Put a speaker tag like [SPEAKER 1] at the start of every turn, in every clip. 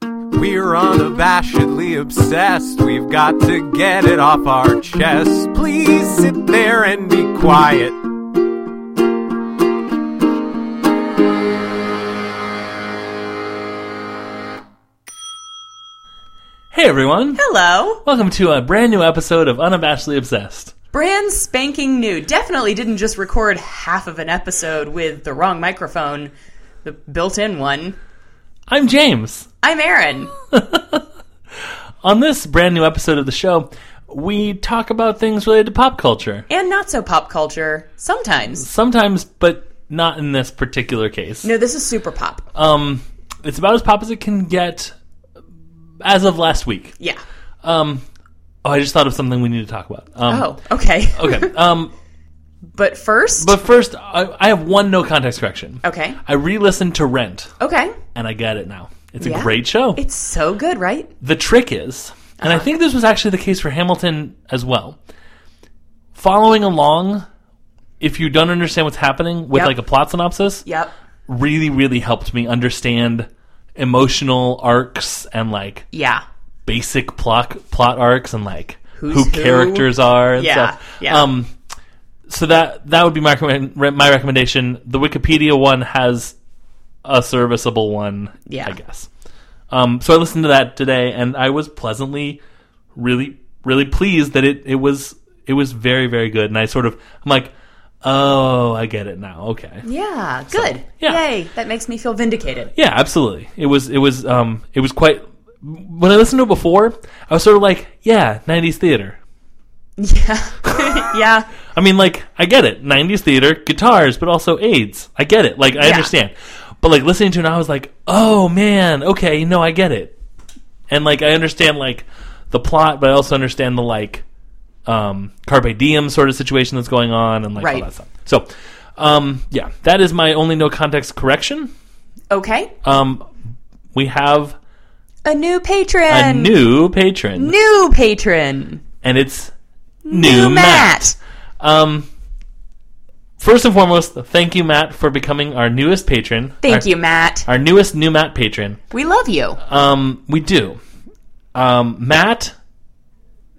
[SPEAKER 1] We're unabashedly obsessed. We've got to get it off our chest. Please sit there and be quiet.
[SPEAKER 2] Hey everyone!
[SPEAKER 3] Hello.
[SPEAKER 2] Welcome to a brand new episode of Unabashedly Obsessed.
[SPEAKER 3] Brand spanking new. Definitely didn't just record half of an episode with the wrong microphone, the built in one.
[SPEAKER 2] I'm James.
[SPEAKER 3] I'm Aaron.
[SPEAKER 2] On this brand new episode of the show, we talk about things related to pop culture.
[SPEAKER 3] And not so pop culture. Sometimes.
[SPEAKER 2] Sometimes, but not in this particular case.
[SPEAKER 3] No, this is super pop.
[SPEAKER 2] Um, it's about as pop as it can get as of last week.
[SPEAKER 3] Yeah.
[SPEAKER 2] Um, oh, I just thought of something we need to talk about. Um,
[SPEAKER 3] Oh, okay.
[SPEAKER 2] Okay. Um,
[SPEAKER 3] but first.
[SPEAKER 2] but first, I, I have one no context correction.
[SPEAKER 3] okay.
[SPEAKER 2] I re listened to Rent,
[SPEAKER 3] Okay.
[SPEAKER 2] and I get it now. It's
[SPEAKER 3] Yeah.
[SPEAKER 2] a great show.
[SPEAKER 3] It's so good, right?
[SPEAKER 2] The trick is, and
[SPEAKER 3] Uh-huh.
[SPEAKER 2] I think this was actually the case for Hamilton as well, following along, if you don't understand what's happening with
[SPEAKER 3] Yep.
[SPEAKER 2] like a plot synopsis,
[SPEAKER 3] Yep.
[SPEAKER 2] really, really helped me understand emotional arcs and like
[SPEAKER 3] Yeah.
[SPEAKER 2] basic plot plot arcs and like who
[SPEAKER 3] who.
[SPEAKER 2] characters are and
[SPEAKER 3] Yeah,
[SPEAKER 2] stuff.
[SPEAKER 3] yeah.
[SPEAKER 2] Um, so that that would be my recommend- re- my recommendation. The Wikipedia one has a serviceable one,
[SPEAKER 3] Yeah.
[SPEAKER 2] I guess. Um, so I listened to that today, and I was pleasantly, really, really pleased that it it was it was very very good. And I sort of I'm like, oh, I get it now. Okay,
[SPEAKER 3] Yeah. Good.
[SPEAKER 2] yeah.
[SPEAKER 3] Yay. That makes me feel vindicated.
[SPEAKER 2] yeah, absolutely. It was it was um it was quite. When I listened to it before, I was sort of like, yeah, '90s theater.
[SPEAKER 3] Yeah. yeah.
[SPEAKER 2] I mean, like, I get it. 90s theater, guitars, but also AIDS. I get it. Like, I
[SPEAKER 3] Yeah.
[SPEAKER 2] understand. But, like, listening to it now, I was like, oh, man, okay, no, I get it. And, like, I understand, like, the plot, but I also understand the, like, um, Carpe Diem sort of situation that's going on and, like, all
[SPEAKER 3] Right.
[SPEAKER 2] that stuff. So, um, yeah, that is my only no context correction.
[SPEAKER 3] Okay.
[SPEAKER 2] Um, we have
[SPEAKER 3] A new patron.
[SPEAKER 2] a new patron,
[SPEAKER 3] New patron.
[SPEAKER 2] and it's
[SPEAKER 3] New
[SPEAKER 2] New Matt. Um, first and foremost, thank you, Matt, for becoming our newest patron.
[SPEAKER 3] Thank
[SPEAKER 2] Our-
[SPEAKER 3] you, Matt.
[SPEAKER 2] Our newest new Matt patron.
[SPEAKER 3] We love you.
[SPEAKER 2] Um, we do. Um, Matt,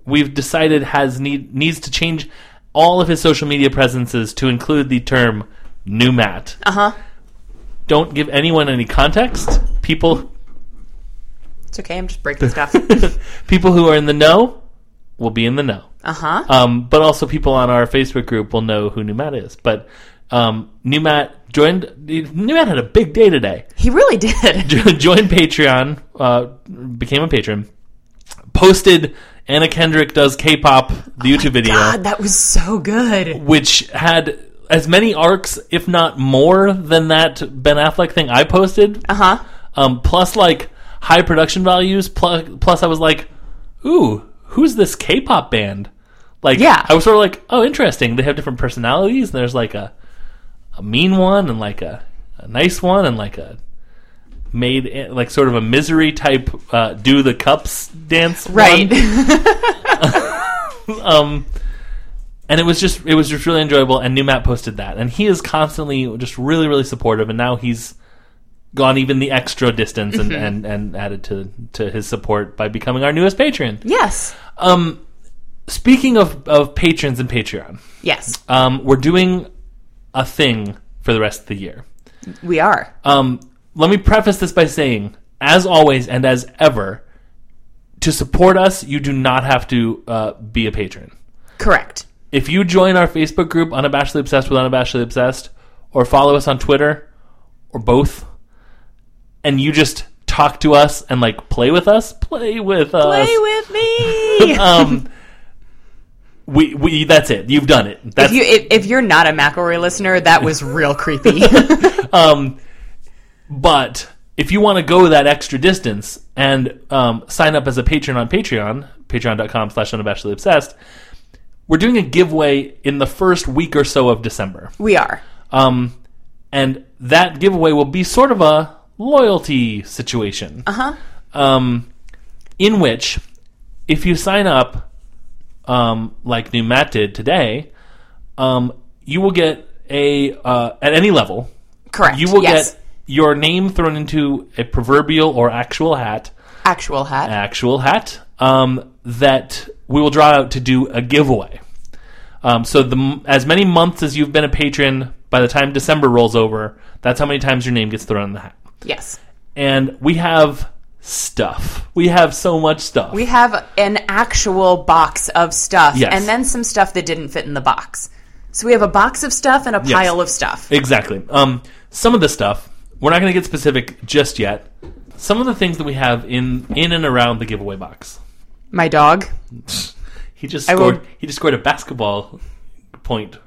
[SPEAKER 2] we've decided has need needs to change all of his social media presences to include the term new Matt.
[SPEAKER 3] Uh huh.
[SPEAKER 2] Don't give anyone any context. People
[SPEAKER 3] It's okay. I'm just breaking stuff.
[SPEAKER 2] people who are in the know will be in the know.
[SPEAKER 3] Uh huh.
[SPEAKER 2] Um, but also people on our Facebook group will know who New Matt is. But um, New Matt joined. New Matt had a big day today.
[SPEAKER 3] He really did.
[SPEAKER 2] joined Patreon, uh, became a patron, posted Anna Kendrick does K-pop the YouTube video,
[SPEAKER 3] God, that was so good.
[SPEAKER 2] which had as many arcs, if not more, than that Ben Affleck thing I posted.
[SPEAKER 3] Uh huh.
[SPEAKER 2] Um, plus like high production values. Plus, plus I was like, ooh, who's this K-pop band? Like,
[SPEAKER 3] Yeah.
[SPEAKER 2] I was sort of like, oh, interesting. They have different personalities. And there's like a a mean one and like a, a nice one and like a made like sort of a misery type uh, do the cups dance one.
[SPEAKER 3] Right.
[SPEAKER 2] um and it was just it was just really enjoyable and new matt posted that and he is constantly just really really supportive and now he's gone even the extra distance and, and, and added to to his support by becoming our newest patron
[SPEAKER 3] yes.
[SPEAKER 2] um speaking of of patrons and patreon
[SPEAKER 3] Yes.
[SPEAKER 2] um we're doing a thing for the rest of the year
[SPEAKER 3] We are.
[SPEAKER 2] um, let me preface this by saying, as always and as ever, to support us, you do not have to uh, be a patron.
[SPEAKER 3] Correct.
[SPEAKER 2] If you join our Facebook group, Unabashedly Obsessed with Unabashedly Obsessed, or follow us on Twitter, or both, and you just talk to us and like play with us, play with us,
[SPEAKER 3] Play with me.
[SPEAKER 2] um, we we that's it. You've done it. That's
[SPEAKER 3] if, you, if, if you're not a McElroy listener, that was real creepy.
[SPEAKER 2] Um, but if you want to go that extra distance and um, sign up as a patron on Patreon, patreon.com slash unabashedly obsessed, we're doing a giveaway in the first week or so of December.
[SPEAKER 3] we are.
[SPEAKER 2] Um, and that giveaway will be sort of a loyalty situation. Uh
[SPEAKER 3] Uh-huh.
[SPEAKER 2] huh. Um, in which, if you sign up, um, like New Matt did today, um, you will get a uh, at any level.
[SPEAKER 3] Correct.
[SPEAKER 2] You will
[SPEAKER 3] yes.
[SPEAKER 2] get your name thrown into a proverbial or actual hat
[SPEAKER 3] Actual hat.
[SPEAKER 2] actual hat um, that we will draw out to do a giveaway. Um, so the m- as many months as you've been a patron, by the time December rolls over, that's how many times your name gets thrown in the hat.
[SPEAKER 3] Yes.
[SPEAKER 2] And we have stuff. We have so much stuff.
[SPEAKER 3] We have an actual box of stuff
[SPEAKER 2] Yes.
[SPEAKER 3] and then some stuff that didn't fit in the box. So we have a box of stuff and a pile of stuff.
[SPEAKER 2] Exactly. Um, some of the stuff we're not going to get specific just yet. Some of the things that we have in in and around the giveaway box.
[SPEAKER 3] My dog.
[SPEAKER 2] He just
[SPEAKER 3] I will-
[SPEAKER 2] scored. He just scored a basketball point.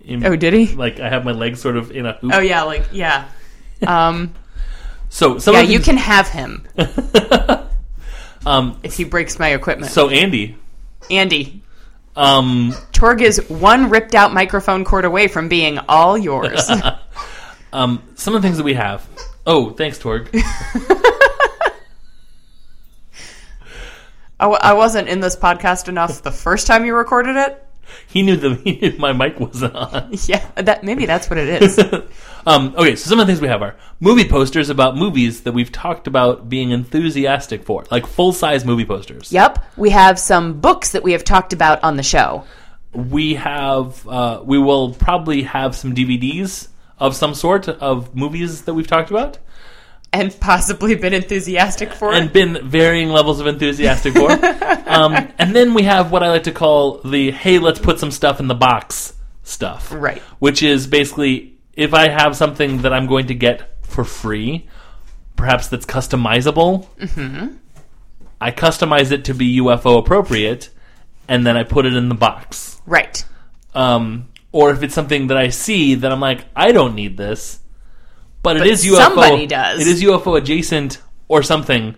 [SPEAKER 2] In,
[SPEAKER 3] Oh, did he?
[SPEAKER 2] Like I have my legs sort of in a hoop.
[SPEAKER 3] Oh yeah, like yeah. Um,
[SPEAKER 2] So some
[SPEAKER 3] yeah,
[SPEAKER 2] of the-
[SPEAKER 3] you can have him
[SPEAKER 2] Um,
[SPEAKER 3] if he breaks my equipment.
[SPEAKER 2] so Andy,
[SPEAKER 3] Andy,
[SPEAKER 2] um,
[SPEAKER 3] Torg is one ripped out microphone cord away from being all yours.
[SPEAKER 2] um, some of the things that we have. Oh, thanks, Torg.
[SPEAKER 3] I, w- I wasn't in this podcast enough the first time you recorded it.
[SPEAKER 2] he knew that he knew my mic wasn't on.
[SPEAKER 3] Yeah, that maybe that's what it is.
[SPEAKER 2] Um, okay, so some of the things we have are movie posters about movies that we've talked about being enthusiastic for, like full size movie posters.
[SPEAKER 3] yep, we have some books that we have talked about on the show.
[SPEAKER 2] We have, uh, we will probably have some DVDs of some sort of movies that we've talked about
[SPEAKER 3] and possibly been enthusiastic for
[SPEAKER 2] and
[SPEAKER 3] it.
[SPEAKER 2] been varying levels of enthusiastic for. um, and then we have what I like to call the hey, let's put some stuff in the box stuff.
[SPEAKER 3] Right.
[SPEAKER 2] Which is basically if I have something that I'm going to get for free, perhaps that's customizable,
[SPEAKER 3] Mm-hmm.
[SPEAKER 2] I customize it to be UFO appropriate and then I put it in the box.
[SPEAKER 3] Right.
[SPEAKER 2] Um, or if it's something that I see that I'm like, I don't need this, but, it is UFO.
[SPEAKER 3] somebody does.
[SPEAKER 2] It is UFO adjacent or something.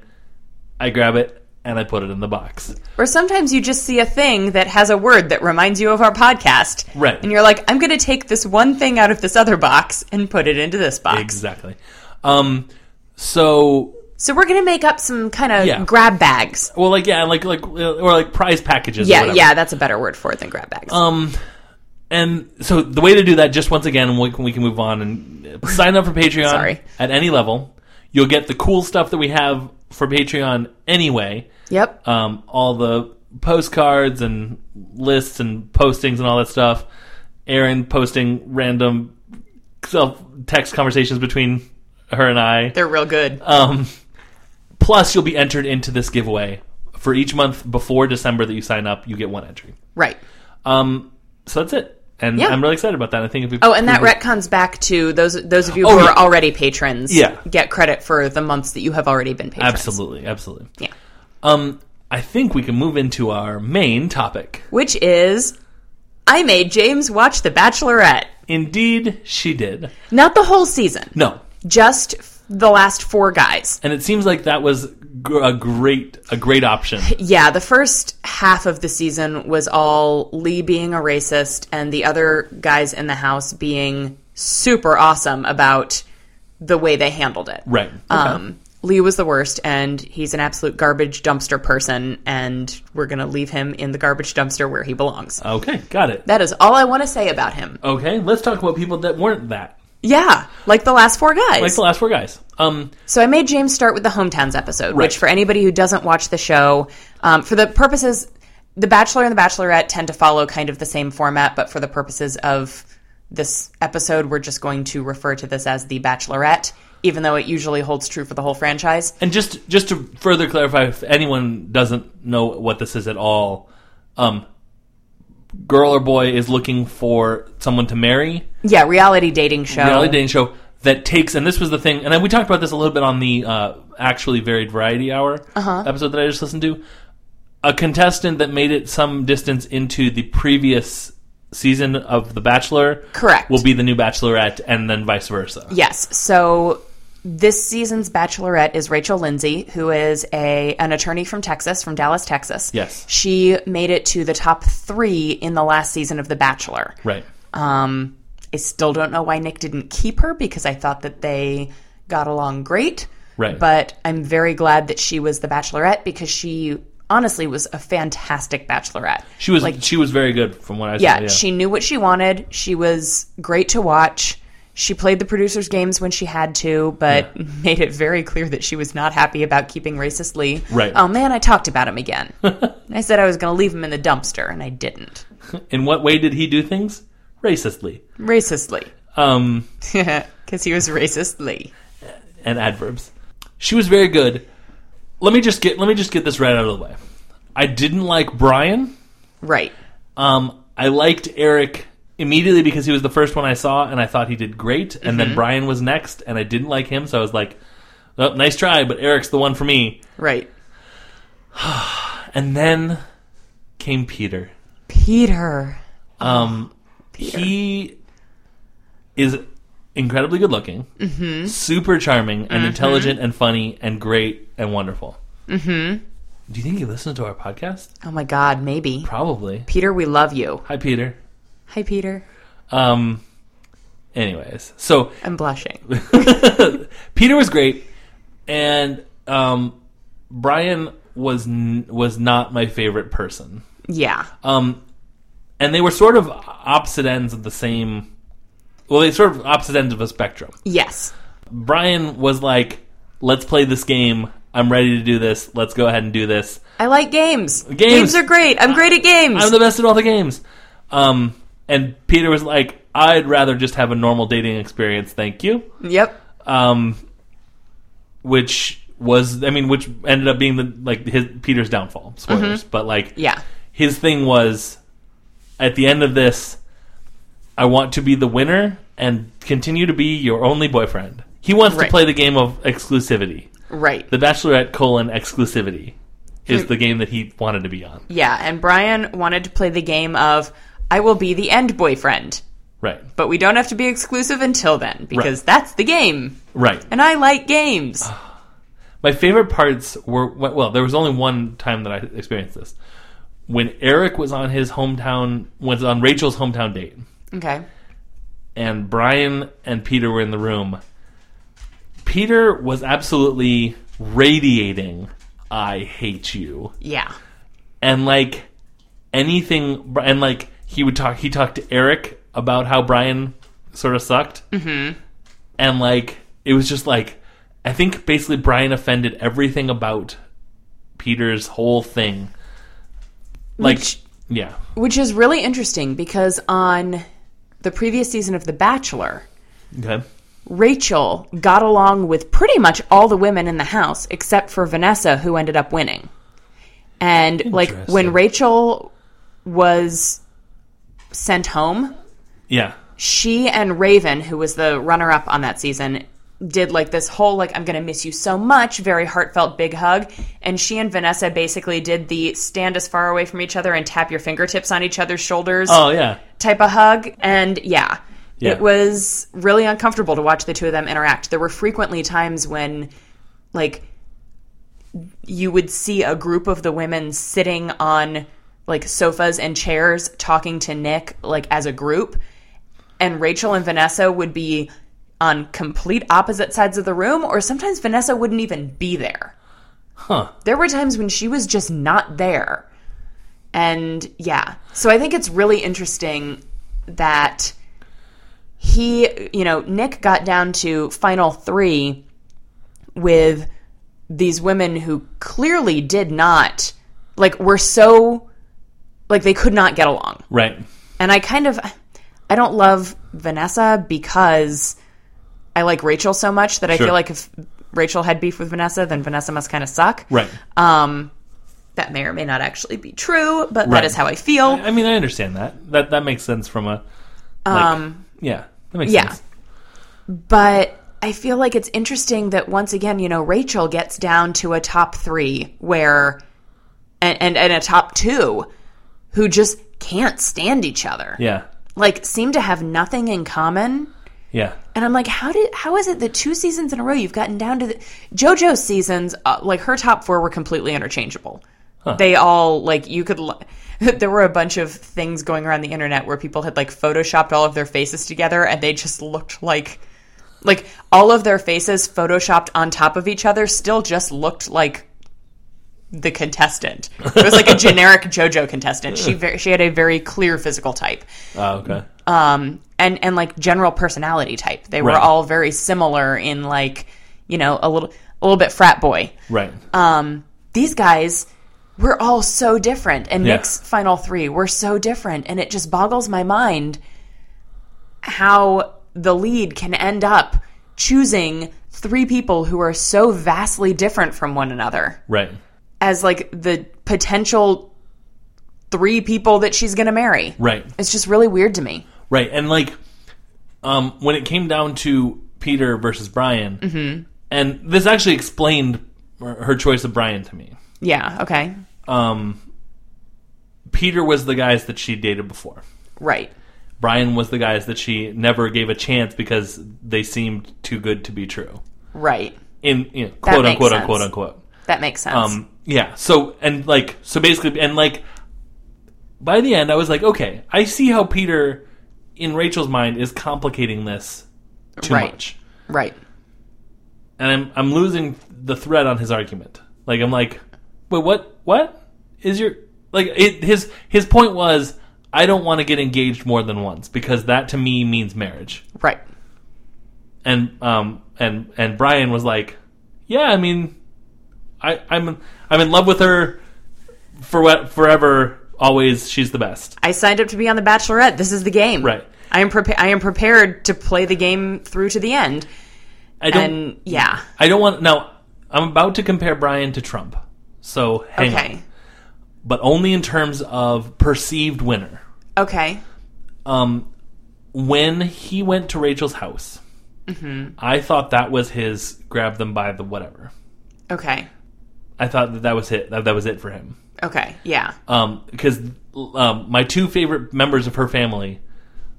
[SPEAKER 2] I grab it and I put it in the box.
[SPEAKER 3] Or sometimes you just see a thing that has a word that reminds you of our podcast.
[SPEAKER 2] Right.
[SPEAKER 3] And you're like, I'm going to take this one thing out of this other box and put it into this box.
[SPEAKER 2] Exactly. Um, so
[SPEAKER 3] So we're going to make up some kind of
[SPEAKER 2] Yeah.
[SPEAKER 3] grab bags.
[SPEAKER 2] Well, like yeah, like like or like prize packages. or
[SPEAKER 3] Yeah,
[SPEAKER 2] whatever.
[SPEAKER 3] yeah, that's a better word for it than grab bags.
[SPEAKER 2] Um, and so the way to do that, just once again, we can, we can move on and sign up for Patreon
[SPEAKER 3] Sorry.
[SPEAKER 2] at any level. You'll get the cool stuff that we have for Patreon anyway.
[SPEAKER 3] yep.
[SPEAKER 2] Um, all the postcards and lists and postings and all that stuff. Aaron posting random self text conversations between her and I.
[SPEAKER 3] They're real good.
[SPEAKER 2] Um, plus, you'll be entered into this giveaway for each month before December that you sign up. You get one entry.
[SPEAKER 3] right.
[SPEAKER 2] Um, so that's it, and
[SPEAKER 3] Yeah.
[SPEAKER 2] I'm really excited about that. I think it'd be
[SPEAKER 3] Oh, and that retcons back to those those of you
[SPEAKER 2] mm-hmm. Oh,
[SPEAKER 3] who
[SPEAKER 2] yeah.
[SPEAKER 3] are already patrons.
[SPEAKER 2] Yeah.
[SPEAKER 3] Get credit for the months that you have already been patrons.
[SPEAKER 2] absolutely, absolutely.
[SPEAKER 3] Yeah.
[SPEAKER 2] Um, I think we can move into our main topic.
[SPEAKER 3] Which is, I made James watch The Bachelorette.
[SPEAKER 2] Indeed, she did.
[SPEAKER 3] Not the whole season.
[SPEAKER 2] No,
[SPEAKER 3] just f- the last four guys.
[SPEAKER 2] and it seems like that was gr- a great a great option.
[SPEAKER 3] Yeah, the first half of the season was all Lee being a racist and the other guys in the house being super awesome about the way they handled it.
[SPEAKER 2] Right.
[SPEAKER 3] Um, Lee was the worst, and he's an absolute garbage dumpster person, and we're going to leave him in the garbage dumpster where he belongs.
[SPEAKER 2] okay, got it.
[SPEAKER 3] that is all I want to say about him.
[SPEAKER 2] Okay, let's talk about people that weren't that.
[SPEAKER 3] Yeah, like the last four guys.
[SPEAKER 2] Like the last four guys. Um,
[SPEAKER 3] So I made James start with the hometowns episode,
[SPEAKER 2] Right.
[SPEAKER 3] which for anybody who doesn't watch the show, um, for the purposes, The Bachelor and The Bachelorette tend to follow kind of the same format, but for the purposes of this episode, we're just going to refer to this as The Bachelorette, even though it usually holds true for the whole franchise.
[SPEAKER 2] And just just to further clarify, if anyone doesn't know what this is at all, um, girl or boy is looking for someone to marry.
[SPEAKER 3] Yeah, reality dating show.
[SPEAKER 2] Reality dating show that takes, and this was the thing, and then we talked about this a little bit on the uh, actually varied variety hour episode that I just listened to. A contestant that made it some distance into the previous season of The Bachelor,
[SPEAKER 3] Correct.
[SPEAKER 2] will be the new Bachelorette, and then vice versa.
[SPEAKER 3] Yes. So this season's Bachelorette is Rachel Lindsay, who is a an attorney from Texas, from Dallas, Texas.
[SPEAKER 2] Yes.
[SPEAKER 3] She made it to the top three in the last season of The Bachelor.
[SPEAKER 2] Right.
[SPEAKER 3] Um, I still don't know why Nick didn't keep her because I thought that they got along great.
[SPEAKER 2] Right.
[SPEAKER 3] But I'm very glad that she was the Bachelorette because she honestly was a fantastic Bachelorette.
[SPEAKER 2] She was she was very good from what I saw.
[SPEAKER 3] Yeah, she knew what she wanted. She was great to watch. She played the producers' games when she had to, but made it very clear that she was not happy about keeping racist Lee.
[SPEAKER 2] Right.
[SPEAKER 3] Oh man, I talked about him again. I said I was going to leave him in the dumpster, and I didn't.
[SPEAKER 2] In what way did he do things? Racistly.
[SPEAKER 3] Racistly,
[SPEAKER 2] Um,
[SPEAKER 3] because he was racist Lee.
[SPEAKER 2] and adverbs. She was very good. Let me just get let me just get this right out of the way. I didn't like Brian.
[SPEAKER 3] Right.
[SPEAKER 2] Um, I liked Eric immediately because he was the first one I saw, and I thought he did great. And then Brian was next, and I didn't like him, so I was like, oh, "Nice try," but Eric's the one for me.
[SPEAKER 3] Right.
[SPEAKER 2] And then came Peter.
[SPEAKER 3] Peter.
[SPEAKER 2] Um, He is incredibly good looking, super charming, and intelligent, and funny, and great, and wonderful. Mm-hmm. Do you think he listens to our podcast?
[SPEAKER 3] Oh my God, maybe.
[SPEAKER 2] Probably.
[SPEAKER 3] Peter, we love you.
[SPEAKER 2] Hi, Peter.
[SPEAKER 3] Hi, Peter.
[SPEAKER 2] Um, anyways, so
[SPEAKER 3] I'm blushing.
[SPEAKER 2] Peter was great, and um, Brian was n- was not my favorite person.
[SPEAKER 3] Yeah.
[SPEAKER 2] Um, and they were sort of opposite ends of the same. Well, they sort of opposite ends of a spectrum.
[SPEAKER 3] Yes.
[SPEAKER 2] Brian was like, "Let's play this game. I'm ready to do this. Let's go ahead and do this.
[SPEAKER 3] I like games. Games, are great. I'm great at games.
[SPEAKER 2] I'm the best at all the games." Um, and Peter was like, "I'd rather just have a normal dating experience, thank you."
[SPEAKER 3] yep.
[SPEAKER 2] Um, which was, I mean, which ended up being the like his Peter's downfall. Spoilers, but like,
[SPEAKER 3] Mm-hmm. Yeah.
[SPEAKER 2] his thing was at the end of this i want to be the winner and continue to be your only boyfriend he wants
[SPEAKER 3] Right.
[SPEAKER 2] to play the game of exclusivity
[SPEAKER 3] Right.
[SPEAKER 2] the bachelorette colon exclusivity is the game that he wanted to be on
[SPEAKER 3] yeah. And Brian wanted to play the game of I will be the end boyfriend,
[SPEAKER 2] right
[SPEAKER 3] but we don't have to be exclusive until then because that's the game.
[SPEAKER 2] right
[SPEAKER 3] And I like games.
[SPEAKER 2] my favorite parts were well there was only one time that i experienced this when eric was on his hometown was on rachel's hometown date
[SPEAKER 3] okay.
[SPEAKER 2] and Brian and Peter were in the room. Peter was absolutely radiating, I hate you.
[SPEAKER 3] Yeah.
[SPEAKER 2] And like anything, and like he would talk, he talked to Eric about how Brian sort of sucked. Mm-hmm. And like, it was just like, I think basically Brian offended everything about Peter's whole thing. Like,
[SPEAKER 3] Which-
[SPEAKER 2] yeah.
[SPEAKER 3] Which is really interesting because on the previous season of The Bachelor,
[SPEAKER 2] Okay.
[SPEAKER 3] Rachel got along with pretty much all the women in the house except for Vanessa, who ended up winning. And like when
[SPEAKER 2] Interesting.
[SPEAKER 3] Rachel was sent home,
[SPEAKER 2] Yeah.
[SPEAKER 3] she and Raven, who was the runner up on that season, did like this whole like I'm gonna miss you so much, very heartfelt big hug. And she and Vanessa basically did the stand as far away from each other and tap your fingertips on each other's shoulders
[SPEAKER 2] Oh, yeah.
[SPEAKER 3] type of hug. And yeah,
[SPEAKER 2] Yeah.
[SPEAKER 3] it was really uncomfortable to watch the two of them interact. There were frequently times when, like, you would see a group of the women sitting on, like, sofas and chairs talking to Nick, like, as a group. And Rachel and Vanessa would be on complete opposite sides of the room, or sometimes Vanessa wouldn't even be there
[SPEAKER 2] Huh.
[SPEAKER 3] there were times when she was just not there. And yeah, so I think it's really interesting that he, you know, Nick got down to final three with these women who clearly did not, like, were so, like, they could not get along.
[SPEAKER 2] Right.
[SPEAKER 3] And I kind of, I don't love Vanessa because I like Rachel so much that I
[SPEAKER 2] Sure.
[SPEAKER 3] feel like if Rachel had beef with Vanessa, then Vanessa must kind of suck.
[SPEAKER 2] Right.
[SPEAKER 3] Um, that may or may not actually be true, but
[SPEAKER 2] Right.
[SPEAKER 3] that is how I feel.
[SPEAKER 2] I mean, I understand that. That that makes sense from a. like, Yeah, that makes
[SPEAKER 3] um, yeah.
[SPEAKER 2] sense.
[SPEAKER 3] But I feel like it's interesting that once again, you know, Rachel gets down to a top three where, and and, and a top two, who just can't stand each other.
[SPEAKER 2] Yeah,
[SPEAKER 3] Like, seem to have nothing in common.
[SPEAKER 2] yeah,
[SPEAKER 3] And I'm like, how did how is it that two seasons in a row you've gotten down to the JoJo's seasons? Uh, like her top four were completely interchangeable. They all like you could. L- there were a bunch of things going around the internet where people had like photoshopped all of their faces together, and they just looked like like all of their faces photoshopped on top of each other still just looked like the contestant. It was like a generic JoJo contestant. She very, she had a very clear physical type
[SPEAKER 2] Oh, okay.
[SPEAKER 3] um, and and like general personality type. They were
[SPEAKER 2] Right.
[SPEAKER 3] all very similar in like you know a little a little bit frat boy.
[SPEAKER 2] Right.
[SPEAKER 3] Um, these guys were all so different, and
[SPEAKER 2] Yeah.
[SPEAKER 3] Nick's final three were so different, and it just boggles my mind how the lead can end up choosing three people who are so vastly different from one another
[SPEAKER 2] right.
[SPEAKER 3] as like the potential three people that she's going to marry.
[SPEAKER 2] Right.
[SPEAKER 3] It's just really weird to me.
[SPEAKER 2] Right. And like um when it came down to Peter versus Brian,
[SPEAKER 3] Mm-hmm.
[SPEAKER 2] and this actually explained her choice of Brian to me.
[SPEAKER 3] Yeah. Okay.
[SPEAKER 2] Um Peter was the guys that she dated before.
[SPEAKER 3] Right.
[SPEAKER 2] Brian was the guys that she never gave a chance because they seemed too good to be true.
[SPEAKER 3] Right.
[SPEAKER 2] In you know, quote
[SPEAKER 3] makes
[SPEAKER 2] unquote
[SPEAKER 3] sense.
[SPEAKER 2] unquote unquote.
[SPEAKER 3] That makes sense.
[SPEAKER 2] Um, yeah. So and like so basically and like by the end I was like, okay, I see how Peter in Rachel's mind is complicating this too
[SPEAKER 3] Right.
[SPEAKER 2] much.
[SPEAKER 3] right.
[SPEAKER 2] And I'm I'm losing the thread on his argument. Like I'm like, wait, what what is your like it, his his point was I don't want to get engaged more than once because that to me means marriage.
[SPEAKER 3] Right.
[SPEAKER 2] and um and and Brian was like, "Yeah, I mean, I I'm I'm in love with her for what forever, always. She's the best."
[SPEAKER 3] I signed up to be on The Bachelorette. This is the game.
[SPEAKER 2] Right.
[SPEAKER 3] I am prepa- I am prepared to play the game through to the end.
[SPEAKER 2] I don't
[SPEAKER 3] And yeah.
[SPEAKER 2] I don't want now. I'm about to compare Brian to Trump, so hang
[SPEAKER 3] Okay.
[SPEAKER 2] on, but only in terms of perceived winner.
[SPEAKER 3] Okay.
[SPEAKER 2] Um, when he went to Rachel's house,
[SPEAKER 3] Mm-hmm.
[SPEAKER 2] I thought that was his grab them by the whatever.
[SPEAKER 3] Okay.
[SPEAKER 2] I thought that that was it. That, that was it for him.
[SPEAKER 3] Okay. Yeah.
[SPEAKER 2] um, because um, my two favorite members of her family,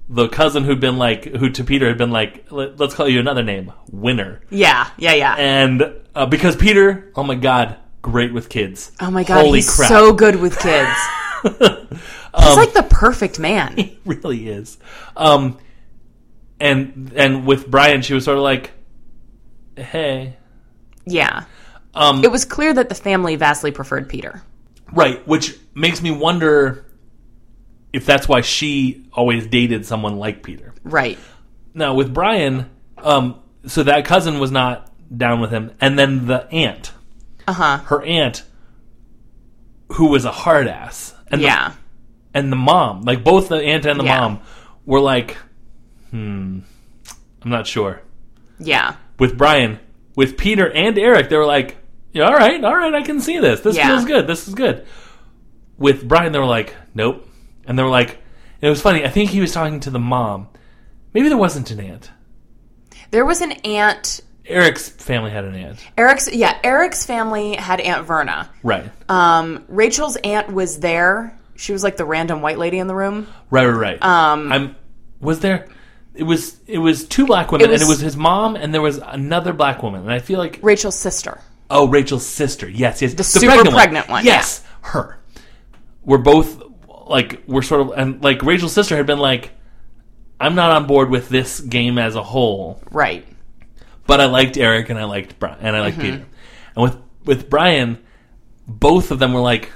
[SPEAKER 2] the cousin who'd been like, who to Peter had been like, Let, let's call you another name, Winner,
[SPEAKER 3] Yeah. Yeah. Yeah.
[SPEAKER 2] and uh, because Peter, oh my god, great with kids.
[SPEAKER 3] oh my god,
[SPEAKER 2] holy
[SPEAKER 3] he's
[SPEAKER 2] crap, Um,
[SPEAKER 3] so good with kids. he's like the perfect man.
[SPEAKER 2] really is. Um, and and with Brian, she was sort of like, hey,
[SPEAKER 3] Yeah.
[SPEAKER 2] um,
[SPEAKER 3] It was clear that the family vastly preferred Peter.
[SPEAKER 2] right, which makes me wonder if that's why she always dated someone like Peter.
[SPEAKER 3] Right.
[SPEAKER 2] Now with Brian, um, so that cousin was not down with him, and then the aunt,
[SPEAKER 3] Uh huh.
[SPEAKER 2] her aunt, who was a hard ass, and
[SPEAKER 3] Yeah.
[SPEAKER 2] the, and the mom, like both the aunt and the
[SPEAKER 3] Yeah.
[SPEAKER 2] mom, were like, hmm, I'm not sure.
[SPEAKER 3] Yeah.
[SPEAKER 2] With Brian, with Peter and Eric, they were like, yeah, all right, all right, I can see this. This
[SPEAKER 3] Yeah.
[SPEAKER 2] feels good. This is good. With Brian, they were like, nope, and they were like, it was funny. I think he was talking to the mom. Maybe there wasn't an aunt.
[SPEAKER 3] There was an aunt.
[SPEAKER 2] Eric's family had an aunt.
[SPEAKER 3] Eric's yeah. Eric's family had Aunt Verna.
[SPEAKER 2] Right.
[SPEAKER 3] Um, Rachel's aunt was there. She was like the random white lady in the room.
[SPEAKER 2] right, right, right. Um I'm was there it was it was two black women
[SPEAKER 3] It was-
[SPEAKER 2] and it was his mom and there was another black woman. And I feel like
[SPEAKER 3] Rachel's sister.
[SPEAKER 2] oh Rachel's sister. Yes, yes. The,
[SPEAKER 3] super pregnant one,
[SPEAKER 2] Yes. Her. We're both like we're sort of and like Rachel's sister had been like I'm not on board with this game as a whole,
[SPEAKER 3] Right.
[SPEAKER 2] but I liked Eric and I liked Brian and I liked
[SPEAKER 3] Mm-hmm.
[SPEAKER 2] Peter. And with with Brian, both of them were like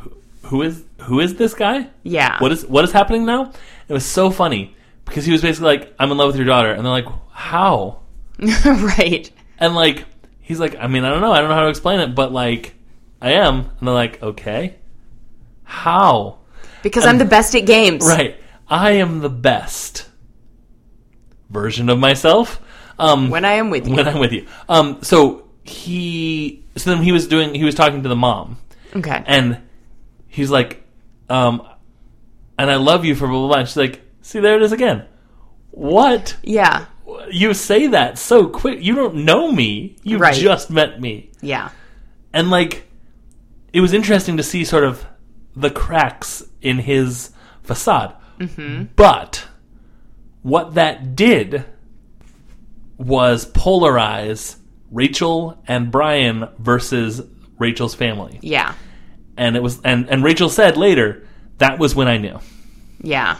[SPEAKER 2] "Who- who is who is this guy?
[SPEAKER 3] Yeah.
[SPEAKER 2] what is what is happening now? It was so funny because he was basically like, "I'm in love with your daughter," and they're like, "How?"
[SPEAKER 3] right.
[SPEAKER 2] And like, he's like, "I mean, I don't know. I don't know how to explain it, but like, I am." And they're like, "Okay, how?"
[SPEAKER 3] Because I'm the best at games.
[SPEAKER 2] Right? I am the best version of myself. Um,
[SPEAKER 3] When I am with you.
[SPEAKER 2] when I'm with you. Um, so he, so then he was doing, he was talking to the mom,
[SPEAKER 3] okay.
[SPEAKER 2] and he's like, um, and I love you for blah blah blah. And she's like, see, there it is again. What
[SPEAKER 3] yeah.
[SPEAKER 2] you say that so quick? You don't know me. You
[SPEAKER 3] Right.
[SPEAKER 2] just met me,
[SPEAKER 3] Yeah.
[SPEAKER 2] and like, it was interesting to see sort of the cracks in his facade. But what that did was polarize Rachel and Brian versus Rachel's family
[SPEAKER 3] Yeah.
[SPEAKER 2] and it was and, and Rachel said later that was when I knew
[SPEAKER 3] Yeah.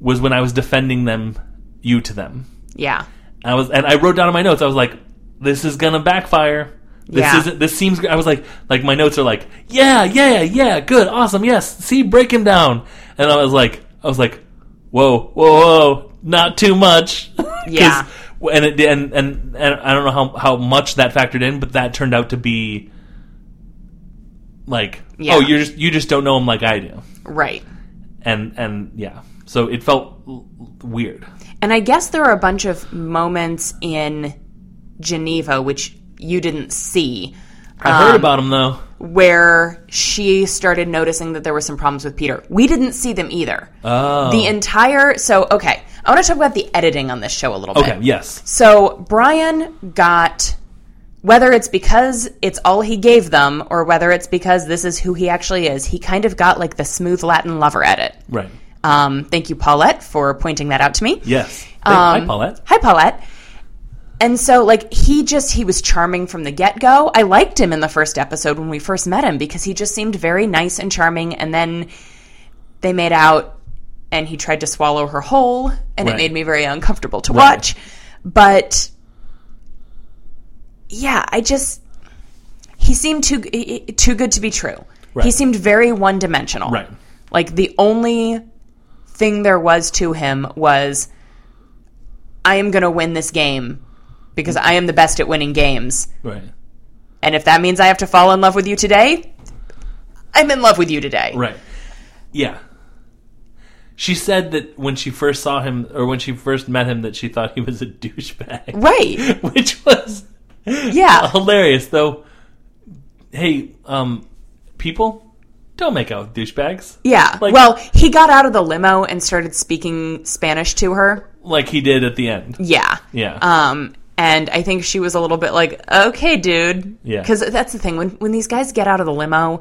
[SPEAKER 2] was when I was defending them you to them.
[SPEAKER 3] Yeah.
[SPEAKER 2] I was and I wrote down in my notes I was like this is gonna backfire. This
[SPEAKER 3] Yeah.
[SPEAKER 2] isn't this seems I was like like my notes are like yeah yeah yeah good awesome yes see break him down and I was like I was like whoa, whoa, whoa, not too much. 'Cause-
[SPEAKER 3] Yeah.
[SPEAKER 2] And, it, and and and I don't know how how much that factored in, but that turned out to be like,
[SPEAKER 3] Yeah.
[SPEAKER 2] oh, you just you just don't know him like I do,
[SPEAKER 3] Right.
[SPEAKER 2] and and yeah, so it felt l- l- weird.
[SPEAKER 3] And I guess there are a bunch of moments in Geneva which you didn't see
[SPEAKER 2] I
[SPEAKER 3] Um,
[SPEAKER 2] heard about him though.
[SPEAKER 3] where she started noticing that there were some problems with Peter. We didn't see them either.
[SPEAKER 2] Oh,
[SPEAKER 3] The entire so okay, I want to talk about the editing on this show a little bit.
[SPEAKER 2] okay, yes,
[SPEAKER 3] So Brian got whether it's because it's all he gave them or whether it's because this is who he actually is, he kind of got like the smooth Latin lover edit.
[SPEAKER 2] right,
[SPEAKER 3] Um, thank you, Paulette, for pointing that out to me.
[SPEAKER 2] yes. Hi,
[SPEAKER 3] Um,
[SPEAKER 2] Paulette.
[SPEAKER 3] Hi, Paulette. And so, like, he just, he was charming from the get go. I liked him in the first episode when we first met him because he just seemed very nice and charming. And then they made out and he tried to swallow her whole, and
[SPEAKER 2] Right.
[SPEAKER 3] it made me very uncomfortable to
[SPEAKER 2] Right.
[SPEAKER 3] watch. But yeah, I just, he seemed too, eh, eh, too good to be true. He
[SPEAKER 2] Right.
[SPEAKER 3] seemed very one dimensional.
[SPEAKER 2] Right.
[SPEAKER 3] Like, the only thing there was to him was I am going to win this game because I am the best at winning games.
[SPEAKER 2] Right,
[SPEAKER 3] And if that means I have to fall in love with you today, I'm in love with you today.
[SPEAKER 2] right. Yeah. She said that when she first saw him, or when she first met him, that she thought he was a douchebag.
[SPEAKER 3] Right.
[SPEAKER 2] which was
[SPEAKER 3] Yeah.
[SPEAKER 2] hilarious though hey um people don't make out with douchebags
[SPEAKER 3] Yeah.
[SPEAKER 2] Like-
[SPEAKER 3] well, he got out of the limo and started speaking Spanish to her.
[SPEAKER 2] like he did at the end
[SPEAKER 3] Yeah.
[SPEAKER 2] yeah
[SPEAKER 3] Um and I think she was a little bit like, "Okay, dude."
[SPEAKER 2] Yeah.
[SPEAKER 3] Cuz that's the thing when when these guys get out of the limo,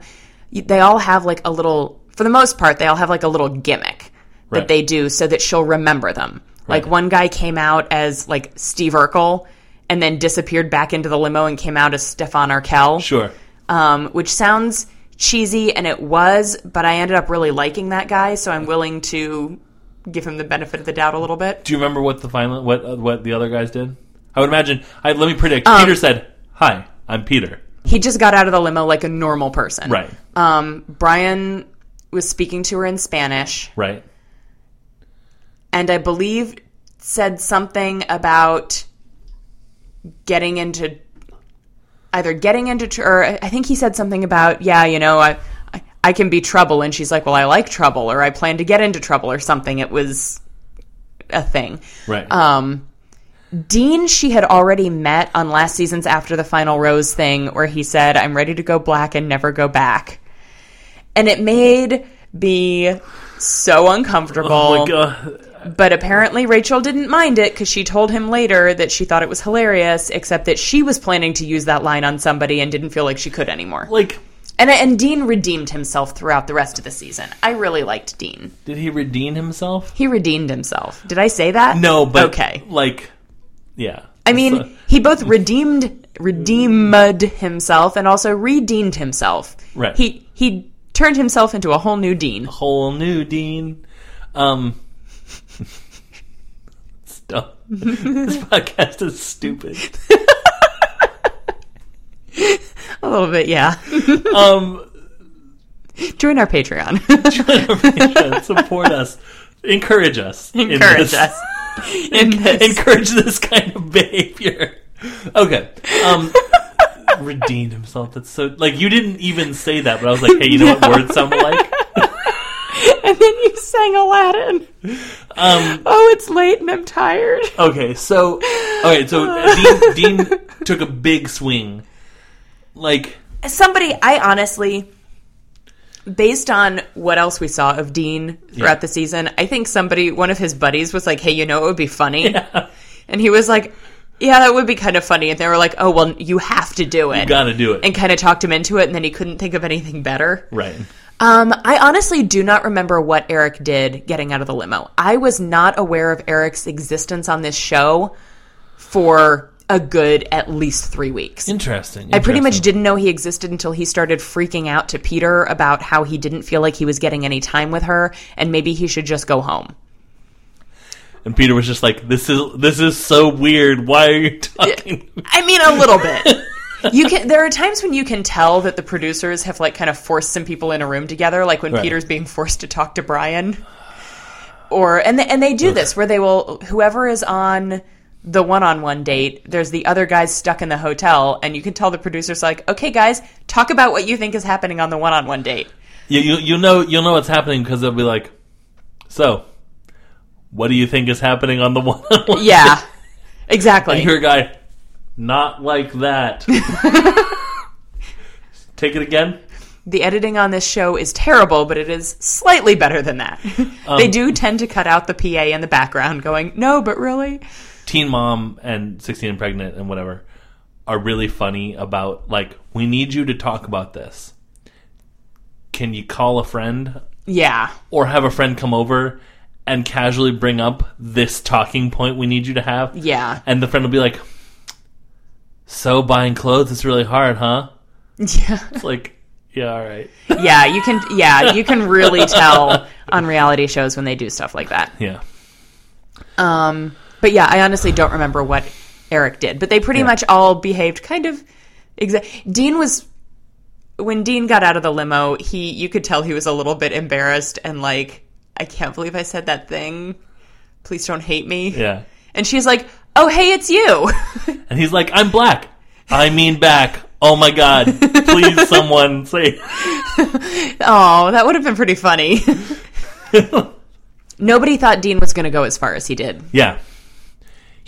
[SPEAKER 3] y- they all have like a little for the most part, they all have like a little gimmick that
[SPEAKER 2] Right.
[SPEAKER 3] they do so that she'll remember them. Like
[SPEAKER 2] Right.
[SPEAKER 3] one guy came out as like Steve Urkel and then disappeared back into the limo and came out as Stefan Arkell.
[SPEAKER 2] sure
[SPEAKER 3] um, which sounds cheesy, and it was, but I ended up really liking that guy, so I'm willing to give him the benefit of the doubt a little bit.
[SPEAKER 2] do you remember what the final what uh, what the other guys did i would imagine i let me predict
[SPEAKER 3] Um,
[SPEAKER 2] peter said hi i'm peter
[SPEAKER 3] He just got out of the limo like a normal person.
[SPEAKER 2] right
[SPEAKER 3] Um, Brian was speaking to her in Spanish,
[SPEAKER 2] right
[SPEAKER 3] and I believe said something about getting into either getting into tr- or I think he said something about yeah you know I, I I can be trouble and she's like well I like trouble or I plan to get into trouble or something it was a thing
[SPEAKER 2] right
[SPEAKER 3] um Dean she had already met on last season's after the final rose thing where he said I'm ready to go black and never go back and it made me so uncomfortable
[SPEAKER 2] oh my god
[SPEAKER 3] but apparently Rachel didn't mind it because she told him later that she thought it was hilarious, except that she was planning to use that line on somebody and didn't feel like she could anymore.
[SPEAKER 2] like
[SPEAKER 3] And and Dean redeemed himself throughout the rest of the season. I really liked Dean.
[SPEAKER 2] did he redeem himself
[SPEAKER 3] He redeemed himself. Did I say that?
[SPEAKER 2] no but
[SPEAKER 3] okay.
[SPEAKER 2] like yeah
[SPEAKER 3] I mean, he both redeemed redeemed himself and also redeemed himself.
[SPEAKER 2] Right.
[SPEAKER 3] He he turned himself into a whole new Dean.
[SPEAKER 2] whole new Dean. Um, stuff. this podcast is stupid.
[SPEAKER 3] A little bit, yeah.
[SPEAKER 2] Um,
[SPEAKER 3] Join our Patreon.
[SPEAKER 2] support us. Encourage us. in
[SPEAKER 3] Encourage
[SPEAKER 2] this-
[SPEAKER 3] us. In this.
[SPEAKER 2] Encourage this kind of behavior. Okay. Um, redeemed himself. That's so. Like, you didn't even say that, but I was like, hey, you know what words sound like?
[SPEAKER 3] and then you sang Aladdin.
[SPEAKER 2] Um,
[SPEAKER 3] Oh, it's late and I'm tired.
[SPEAKER 2] okay, so. Okay, so Dean, Dean took a big swing. Like,
[SPEAKER 3] Somebody, I honestly, based on what else we saw of Dean
[SPEAKER 2] Yeah.
[SPEAKER 3] throughout the season, I think somebody, one of his buddies, was like, "Hey, you know, it would be funny," and he was like, "Yeah, that would be kind of funny." And they were like, "Oh, well, you have to do it,"
[SPEAKER 2] gotta do it.
[SPEAKER 3] and kind of talked him into it, and then he couldn't think of anything better.
[SPEAKER 2] right.
[SPEAKER 3] Um, I honestly do not remember what Eric did getting out of the limo. I was not aware of Eric's existence on this show for a good at least three weeks.
[SPEAKER 2] Interesting.
[SPEAKER 3] I pretty much didn't know he existed until he started freaking out to Peter about how he didn't feel like he was getting any time with her and maybe he should just go home.
[SPEAKER 2] And Peter was just like, "This is this is so weird. Why are you talking?"
[SPEAKER 3] I mean, a little bit. You can. There are times when you can tell that the producers have like kind of forced some people in a room together, like when
[SPEAKER 2] Right.
[SPEAKER 3] Peter's being forced to talk to Brian, or and they, and they do this where they will whoever is on the one-on-one date there's the other guys stuck in the hotel and you can tell the producers like okay guys talk about what you think is happening on the one-on-one date
[SPEAKER 2] You, you you know you'll know what's happening because they'll be like, so, what do you think is happening on the one?
[SPEAKER 3] yeah exactly
[SPEAKER 2] You're a guy, not like that. Take it again.
[SPEAKER 3] the editing on this show is terrible, but it is slightly better than that. they do tend to cut out the PA in the background going, no, but really?
[SPEAKER 2] Teen Mom and 16 and Pregnant and whatever are really funny about like we need you to talk about this. Can you call a friend
[SPEAKER 3] Yeah.
[SPEAKER 2] or have a friend come over and casually bring up this talking point we need you to have?
[SPEAKER 3] Yeah.
[SPEAKER 2] And the friend will be like, "So buying clothes is really hard, huh?"
[SPEAKER 3] Yeah.
[SPEAKER 2] It's like, "Yeah, all right."
[SPEAKER 3] yeah, you can yeah, you can really tell on reality shows when they do stuff like that.
[SPEAKER 2] Yeah.
[SPEAKER 3] Um, but yeah, I honestly don't remember what Eric did, but they pretty much all behaved kind of exa- Dean was when Dean got out of the limo, he you could tell he was a little bit embarrassed and like, I can't believe I said that thing. Please don't hate me.
[SPEAKER 2] Yeah.
[SPEAKER 3] And she's like, "Oh, hey, it's you."
[SPEAKER 2] And he's like, "I'm black. I mean back. Oh my god. Please someone say
[SPEAKER 3] oh, that would have been pretty funny. Nobody thought Dean was going to go as far as he did,
[SPEAKER 2] Yeah. was-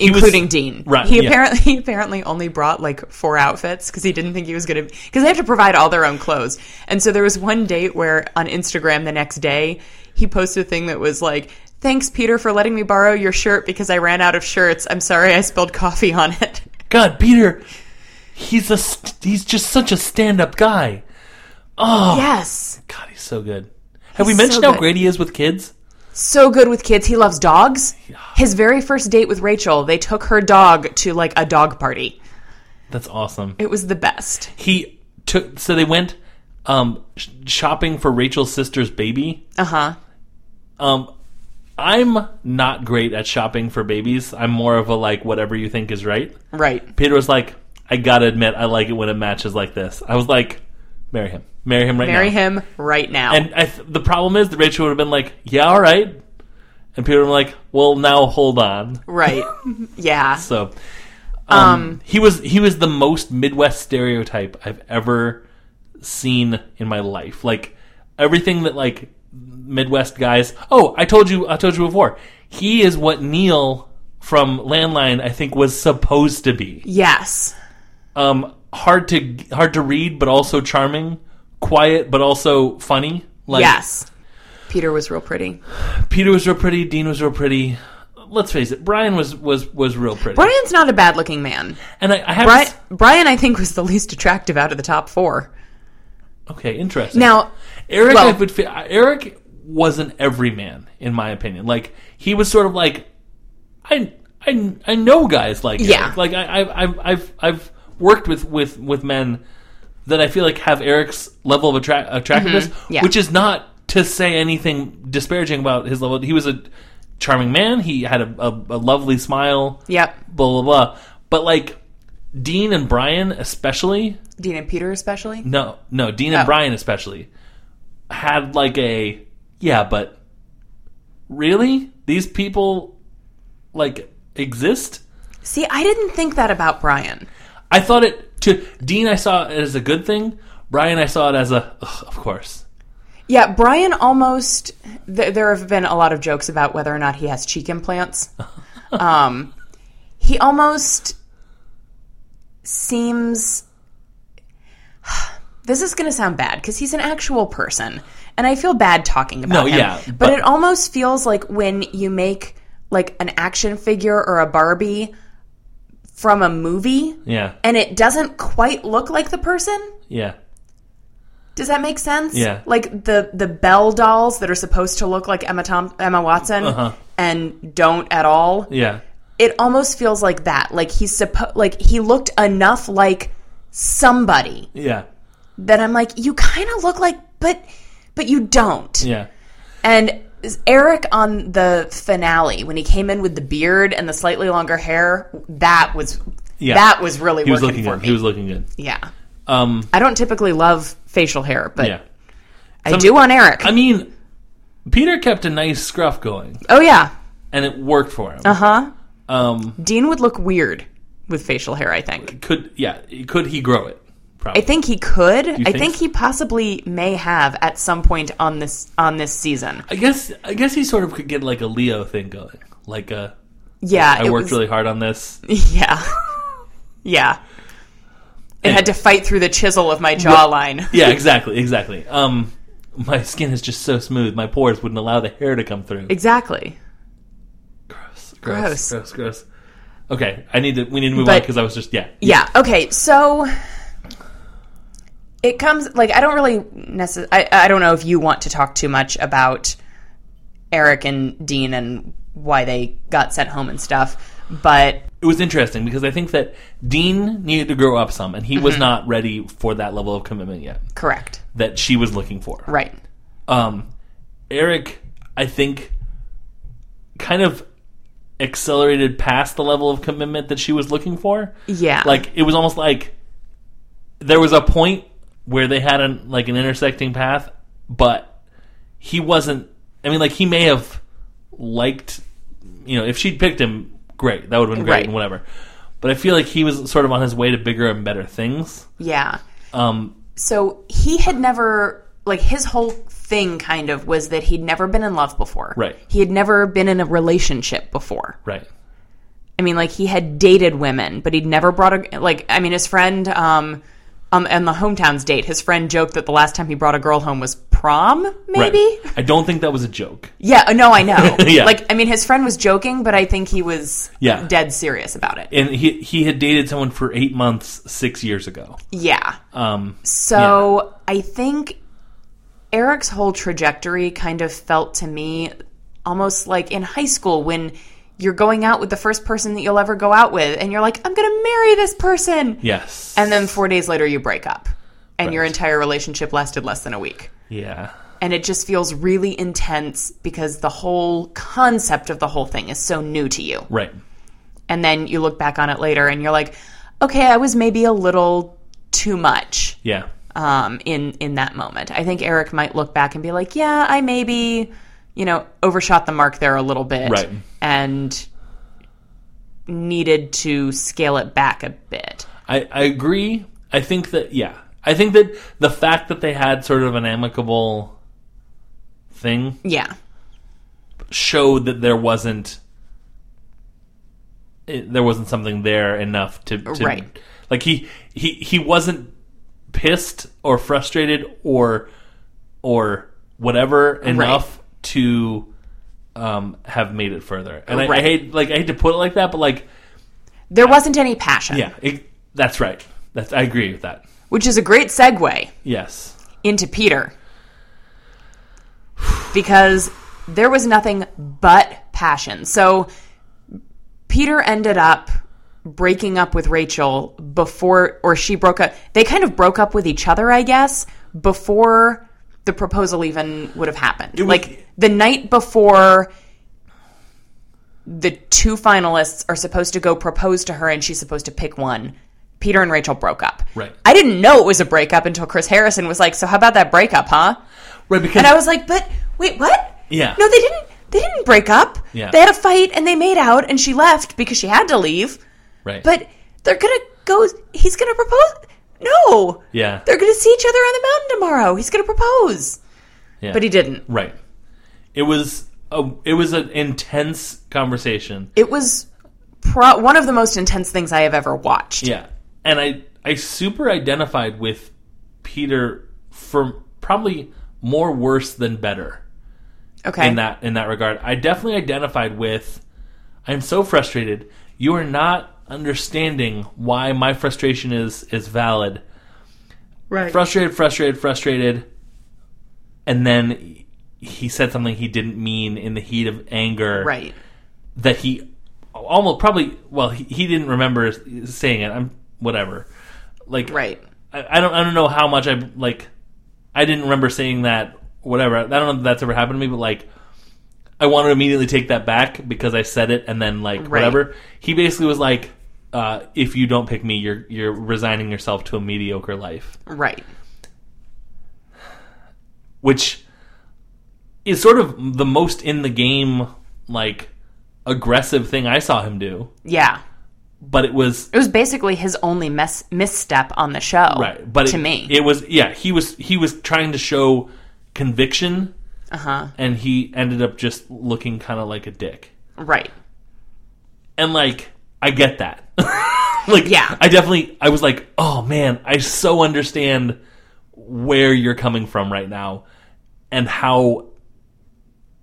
[SPEAKER 3] including Dean.
[SPEAKER 2] Right,
[SPEAKER 3] He
[SPEAKER 2] yeah.
[SPEAKER 3] apparently he apparently only brought like four outfits because he didn't think he was going to because they have to provide all their own clothes. And so there was one date where on Instagram the next day he posted a thing that was like. Thanks, Peter, for letting me borrow your shirt because I ran out of shirts. I'm sorry I spilled coffee on it.
[SPEAKER 2] God, Peter, he's a st- he's just such a stand-up guy. Oh.
[SPEAKER 3] Yes.
[SPEAKER 2] God, he's so good. Have we
[SPEAKER 3] He's
[SPEAKER 2] mentioned
[SPEAKER 3] so
[SPEAKER 2] how
[SPEAKER 3] good.
[SPEAKER 2] great he is with kids?
[SPEAKER 3] so good with kids. He loves dogs. His very first date with Rachel, they took her dog to like a dog party.
[SPEAKER 2] That's awesome.
[SPEAKER 3] It was the best.
[SPEAKER 2] He took so they went um sh- shopping for Rachel's sister's baby.
[SPEAKER 3] Uh huh.
[SPEAKER 2] Um I'm not great at shopping for babies. I'm more of a like whatever you think is right.
[SPEAKER 3] Right.
[SPEAKER 2] Peter was like, I gotta admit, I like it when it matches like this. I was like, marry him, marry him right now.
[SPEAKER 3] Marry him right now.
[SPEAKER 2] And I th- the problem is that Rachel would have been like, yeah, all right. And Peter would have been like, well, now hold on.
[SPEAKER 3] right. Yeah.
[SPEAKER 2] So um, he was he was the most Midwest stereotype I've ever seen in my life. Like everything that like Midwest guys. Oh, I told you I told you before. He is what Neil from Landline I think was supposed to be.
[SPEAKER 3] Yes.
[SPEAKER 2] um, hard to hard to read, but also charming, quiet, but also funny. Like
[SPEAKER 3] yes. Peter was real pretty.
[SPEAKER 2] Peter was real pretty, Dean was real pretty. Let's face it, Brian was was was real pretty.
[SPEAKER 3] Brian's not a bad looking man.
[SPEAKER 2] and I, I have
[SPEAKER 3] Brian,
[SPEAKER 2] to s-
[SPEAKER 3] Brian, I think, was the least attractive out of the top four.
[SPEAKER 2] okay, interesting.
[SPEAKER 3] Now,
[SPEAKER 2] Eric,
[SPEAKER 3] well-
[SPEAKER 2] I would fi- Eric was an everyman in my opinion. Like he was sort of like I I, I know guys like
[SPEAKER 3] Yeah.
[SPEAKER 2] Eric. Like I I I've, I've I've worked with with with men that I feel like have Eric's level of attra- attractiveness,
[SPEAKER 3] Mm-hmm. yeah.
[SPEAKER 2] which is not to say anything disparaging about his level. He was a charming man. He had a, a, a lovely smile.
[SPEAKER 3] yep.
[SPEAKER 2] Blah blah blah. But like Dean and Brian, especially,
[SPEAKER 3] Dean and Peter, especially.
[SPEAKER 2] no, no. Dean and
[SPEAKER 3] Oh.
[SPEAKER 2] Brian especially had like a yeah, but really these people like exist.
[SPEAKER 3] See, I didn't think that about Brian.
[SPEAKER 2] I thought it to Dean. I saw it as a good thing. Brian, I saw it as a ugh, of course.
[SPEAKER 3] Yeah, Brian almost. Th- there have been a lot of jokes about whether or not he has cheek implants. um, he almost seems. This is going to sound bad because he's an actual person, and I feel bad talking about
[SPEAKER 2] No,
[SPEAKER 3] him.
[SPEAKER 2] yeah,
[SPEAKER 3] but,
[SPEAKER 2] but-
[SPEAKER 3] it almost feels like when you make like an action figure or a Barbie from a movie,
[SPEAKER 2] Yeah,
[SPEAKER 3] and it doesn't quite look like the person.
[SPEAKER 2] yeah,
[SPEAKER 3] Does that make sense?
[SPEAKER 2] Yeah.
[SPEAKER 3] Like the the Bell dolls that are supposed to look like Emma Tom- Emma Watson and don't at all.
[SPEAKER 2] Uh-huh. yeah,
[SPEAKER 3] It almost feels like that. Like he's supposed like he looked enough like somebody
[SPEAKER 2] yeah,
[SPEAKER 3] that I'm like you kind of look like but but you don't.
[SPEAKER 2] yeah.
[SPEAKER 3] And Eric on the finale when he came in with the beard and the slightly longer hair, that was
[SPEAKER 2] Yeah.
[SPEAKER 3] that was really
[SPEAKER 2] He was
[SPEAKER 3] working
[SPEAKER 2] looking
[SPEAKER 3] for
[SPEAKER 2] good.
[SPEAKER 3] me.
[SPEAKER 2] He was looking good.
[SPEAKER 3] yeah.
[SPEAKER 2] Um,
[SPEAKER 3] I don't typically love facial hair, but
[SPEAKER 2] yeah.
[SPEAKER 3] I do on Eric.
[SPEAKER 2] I mean, Peter kept a nice scruff going,
[SPEAKER 3] Oh yeah.
[SPEAKER 2] and it worked for him.
[SPEAKER 3] Uh huh.
[SPEAKER 2] Um,
[SPEAKER 3] Dean would look weird with facial hair. I think.
[SPEAKER 2] could yeah, could he grow it? Probably.
[SPEAKER 3] I think he could. I
[SPEAKER 2] think
[SPEAKER 3] think,
[SPEAKER 2] so?
[SPEAKER 3] he possibly may have at some point on this on this season.
[SPEAKER 2] I guess I guess he sort of could get like a Leo thing going, like a
[SPEAKER 3] Yeah,
[SPEAKER 2] I
[SPEAKER 3] Uh, it
[SPEAKER 2] worked
[SPEAKER 3] was-
[SPEAKER 2] really hard on this.
[SPEAKER 3] Yeah, yeah. It had to fight through the chisel of my jawline.
[SPEAKER 2] Yeah, exactly, exactly. Um, my skin is just so smooth. My pores wouldn't allow the hair to come through.
[SPEAKER 3] Exactly.
[SPEAKER 2] Gross, gross,
[SPEAKER 3] Gross.
[SPEAKER 2] gross, gross. Okay, I need to. We need to move on
[SPEAKER 3] But-
[SPEAKER 2] because I was just yeah.
[SPEAKER 3] Yeah. Okay. So it comes like I don't really necess- I I don't know if you want to talk too much about Eric and Dean and why they got sent home and stuff, but
[SPEAKER 2] It was interesting because I think that Dean needed to grow up some, and he
[SPEAKER 3] Mm-hmm.
[SPEAKER 2] was not ready for that level of commitment yet
[SPEAKER 3] correct.
[SPEAKER 2] that she was looking for.
[SPEAKER 3] Right.
[SPEAKER 2] Um, Eric, I think, kind of accelerated past the level of commitment that she was looking for.
[SPEAKER 3] Yeah.
[SPEAKER 2] Like it was almost like there was a point where they had an like an intersecting path, but he wasn't. I mean, like he may have liked, you know, if she'd picked him, great, that would have been great
[SPEAKER 3] Right.
[SPEAKER 2] and whatever. But I feel like he was sort of on his way to bigger and better things.
[SPEAKER 3] Yeah.
[SPEAKER 2] Um,
[SPEAKER 3] So he had never like his whole thing kind of was that he'd never been in love before.
[SPEAKER 2] Right.
[SPEAKER 3] He had never been in a relationship before.
[SPEAKER 2] right.
[SPEAKER 3] I mean, like he had dated women, but he'd never brought a like. I mean, his friend um, um, and the hometowns date. His friend joked that the last time he brought a girl home was prom,
[SPEAKER 2] Right.
[SPEAKER 3] maybe.
[SPEAKER 2] I don't think that was a joke.
[SPEAKER 3] Yeah, no, I know.
[SPEAKER 2] Yeah.
[SPEAKER 3] Like, I mean, his friend was joking, but I think he was
[SPEAKER 2] Yeah.
[SPEAKER 3] dead serious about it.
[SPEAKER 2] and he he had dated someone for eight months six years ago.
[SPEAKER 3] Yeah.
[SPEAKER 2] Um,
[SPEAKER 3] So I think Eric's whole trajectory kind of felt to me almost like in high school when you're going out with the first person that you'll ever go out with, and you're like, I'm going to marry this person.
[SPEAKER 2] yes,
[SPEAKER 3] And then four days later, you break up, and your
[SPEAKER 2] Right.
[SPEAKER 3] entire relationship lasted less than a week.
[SPEAKER 2] yeah,
[SPEAKER 3] And it just feels really intense because the whole concept of the whole thing is so new to you.
[SPEAKER 2] right,
[SPEAKER 3] And then you look back on it later and you're like, okay, I was maybe a little too much
[SPEAKER 2] yeah,
[SPEAKER 3] um, in, in that moment. I think Eric might look back and be like, yeah, I maybe, you know, overshot the mark there a little bit
[SPEAKER 2] Right.
[SPEAKER 3] and needed to scale it back a bit.
[SPEAKER 2] I I agree. I think that yeah, I think that the fact that they had sort of an amicable thing
[SPEAKER 3] Yeah.
[SPEAKER 2] showed that there wasn't it, there wasn't something there enough to, to
[SPEAKER 3] Right.
[SPEAKER 2] like he he he wasn't pissed or frustrated or or whatever enough to um have made it further and I, I
[SPEAKER 3] Right.
[SPEAKER 2] hate like i hate to put it like that but like
[SPEAKER 3] There wasn't any passion.
[SPEAKER 2] yeah it, that's right that's i agree with that
[SPEAKER 3] Which is a great segue
[SPEAKER 2] yes
[SPEAKER 3] into Peter. Because there was nothing but passion. So Peter ended up breaking up with Rachel before, or she broke up. They kind of broke up with each other, I guess, before the proposal even would have happened.
[SPEAKER 2] was-
[SPEAKER 3] like the night before the two finalists are supposed to go propose to her and she's supposed to pick one. Peter and Rachel broke up.
[SPEAKER 2] Right.
[SPEAKER 3] I didn't know it was a breakup until Chris Harrison was like, "So how about that breakup, huh?"
[SPEAKER 2] right because
[SPEAKER 3] And I was like, "But wait, what?"
[SPEAKER 2] Yeah.
[SPEAKER 3] No, they didn't. They didn't break up.
[SPEAKER 2] Yeah.
[SPEAKER 3] They had a fight and they made out and she left because she had to leave.
[SPEAKER 2] right
[SPEAKER 3] But they're gonna go. He's gonna propose. No.
[SPEAKER 2] yeah
[SPEAKER 3] They're gonna see each other on the mountain tomorrow. He's gonna propose.
[SPEAKER 2] yeah.
[SPEAKER 3] But he didn't.
[SPEAKER 2] right it was a it was an intense conversation
[SPEAKER 3] It was pro- one of the most intense things I have ever watched.
[SPEAKER 2] Yeah, and I I super identified with Peter for probably more worse than better
[SPEAKER 3] Okay.
[SPEAKER 2] in that in that regard. I definitely identified with. I'm so frustrated. You are not understanding why my frustration is is valid.
[SPEAKER 3] right.
[SPEAKER 2] Frustrated, frustrated, frustrated, and then he said something he didn't mean in the heat of anger.
[SPEAKER 3] right.
[SPEAKER 2] That he almost probably well he, he didn't remember saying it. I'm whatever. Like
[SPEAKER 3] Right.
[SPEAKER 2] I, I don't I don't know how much I like I didn't remember saying that whatever. I don't know if that's ever happened to me, but like I want to immediately take that back because I said it and then like whatever. He basically was like uh, if you don't pick me, you're you're resigning yourself to a mediocre life,
[SPEAKER 3] Right.
[SPEAKER 2] which is sort of the most in the game, like aggressive thing I saw him do.
[SPEAKER 3] Yeah.
[SPEAKER 2] But it was
[SPEAKER 3] It was basically his only mess, misstep on the show.
[SPEAKER 2] right. But
[SPEAKER 3] to
[SPEAKER 2] it,
[SPEAKER 3] me.
[SPEAKER 2] it was yeah. He was he was trying to show conviction,
[SPEAKER 3] uh huh.
[SPEAKER 2] and he ended up just looking kind of like a dick.
[SPEAKER 3] Right.
[SPEAKER 2] And like, I get that. like,
[SPEAKER 3] Yeah.
[SPEAKER 2] I definitely. I was like, oh man, I so understand where you're coming from right now, and how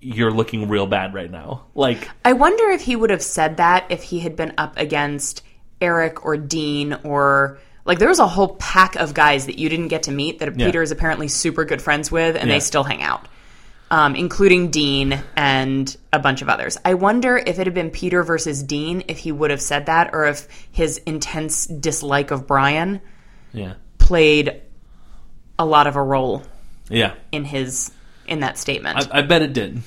[SPEAKER 2] you're looking real bad right now. Like,
[SPEAKER 3] I wonder if he would have said that if he had been up against Eric or Dean or like there was a whole pack of guys that you didn't get to meet that Peter is apparently super good friends with and
[SPEAKER 2] Yeah.
[SPEAKER 3] they still hang out. Um, including Dean and a bunch of others. I wonder if it had been Peter versus Dean if he would have said that or if his intense dislike of Brian
[SPEAKER 2] yeah,
[SPEAKER 3] played a lot of a role
[SPEAKER 2] yeah.
[SPEAKER 3] in his in that statement.
[SPEAKER 2] I, I bet it did.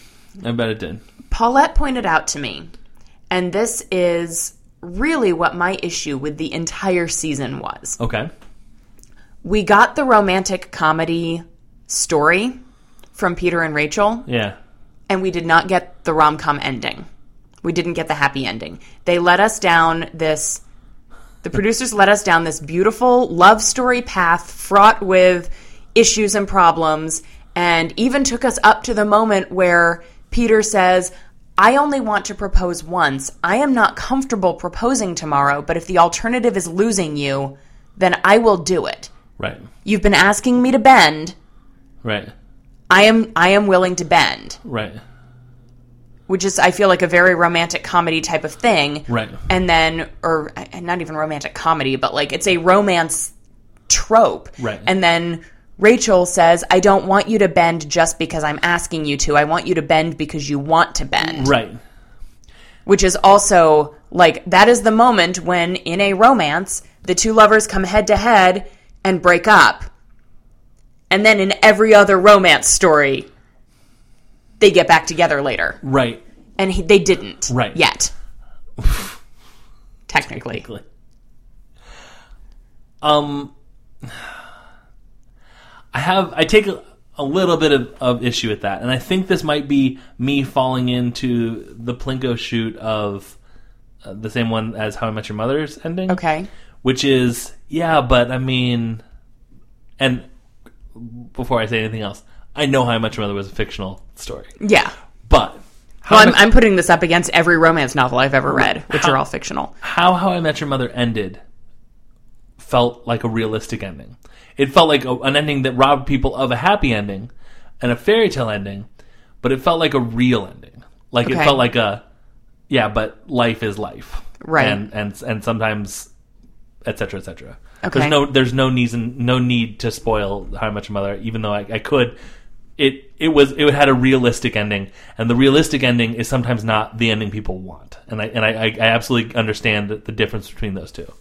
[SPEAKER 2] I bet it did.
[SPEAKER 3] Paulette pointed out to me, and this is really what my issue with the entire season was.
[SPEAKER 2] Okay.
[SPEAKER 3] We got the romantic comedy story from Peter and Rachel,
[SPEAKER 2] Yeah.
[SPEAKER 3] and we did not get the rom com ending. We didn't get the happy ending. They let us down this, the producers let us down this beautiful love story path fraught with issues and problems, and even took us up to the moment where Peter says, I only want to propose once. I am not comfortable proposing tomorrow, but if the alternative is losing you, then I will do it.
[SPEAKER 2] Right.
[SPEAKER 3] You've been asking me to bend.
[SPEAKER 2] Right.
[SPEAKER 3] I am I am willing to bend
[SPEAKER 2] Right.
[SPEAKER 3] which is I feel like a very romantic comedy type of thing.
[SPEAKER 2] Right.
[SPEAKER 3] And then or and not even romantic comedy, but like it's a romance trope.
[SPEAKER 2] Right.
[SPEAKER 3] And then Rachel says, "I don't want you to bend just because I'm asking you to. I want you to bend because you want to bend."
[SPEAKER 2] Right.
[SPEAKER 3] Which is also like that is the moment when in a romance the two lovers come head to head and break up. And then in every other romance story they get back together later
[SPEAKER 2] Right.
[SPEAKER 3] and he, they didn't
[SPEAKER 2] Right.
[SPEAKER 3] yet technically
[SPEAKER 2] Um, I have I take a, a little bit of, of issue with that, and I think this might be me falling into the Plinko shoot of uh, the same one as How I Met Your Mother's ending.
[SPEAKER 3] okay
[SPEAKER 2] which is yeah, but I mean, and before I say anything else, I know How I Met Your Mother was a fictional story,
[SPEAKER 3] yeah
[SPEAKER 2] but how
[SPEAKER 3] well
[SPEAKER 2] I
[SPEAKER 3] I'm,
[SPEAKER 2] Met-
[SPEAKER 3] I'm putting this up against every romance novel i've ever read which are all fictional
[SPEAKER 2] how How I Met Your Mother ended felt like a realistic ending. It felt like a, an ending that robbed people of a happy ending and a fairy tale ending, but it felt like a real ending. Like it
[SPEAKER 3] Okay.
[SPEAKER 2] felt like a yeah, but life is life,
[SPEAKER 3] Right.
[SPEAKER 2] And and and sometimes, etc. Cetera, etc. Cetera.
[SPEAKER 3] Okay.
[SPEAKER 2] There's no there's no reason no need to spoil How I Met Your Mother, even though I, I could. It it was it had a realistic ending, and the realistic ending is sometimes not the ending people want, and I and I, I, I absolutely understand the, the difference between those two.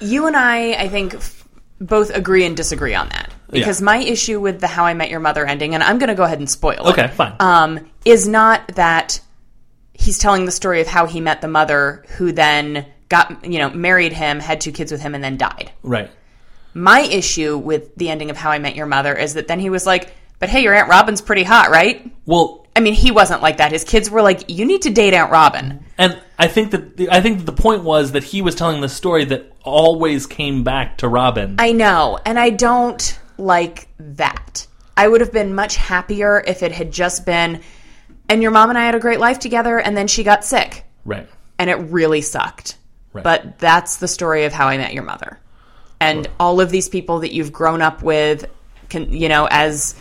[SPEAKER 3] you and i i think f- both agree and disagree on that because
[SPEAKER 2] Yeah.
[SPEAKER 3] my issue with the how i met your mother ending and i'm going to go ahead and spoil
[SPEAKER 2] Okay,
[SPEAKER 3] it
[SPEAKER 2] fine.
[SPEAKER 3] um, is not that he's telling the story of how he met the mother who then got you know married him had two kids with him and then died
[SPEAKER 2] right.
[SPEAKER 3] My issue with the ending of How I Met Your Mother is that then he was like, but hey, your Aunt Robin's pretty hot, right?
[SPEAKER 2] Well,
[SPEAKER 3] I mean, he wasn't like that. His kids were like, you need to date Aunt Robin.
[SPEAKER 2] And I think that the, I think that the point was that he was telling the story that always came back to Robin.
[SPEAKER 3] I know, and I don't like that. I would have been much happier if it had just been, and your mom and I had a great life together, and then she got sick,
[SPEAKER 2] right.
[SPEAKER 3] and it really sucked.
[SPEAKER 2] Right.
[SPEAKER 3] But that's the story of How I Met Your Mother. And all of these people that you've grown up with, can, you know, as,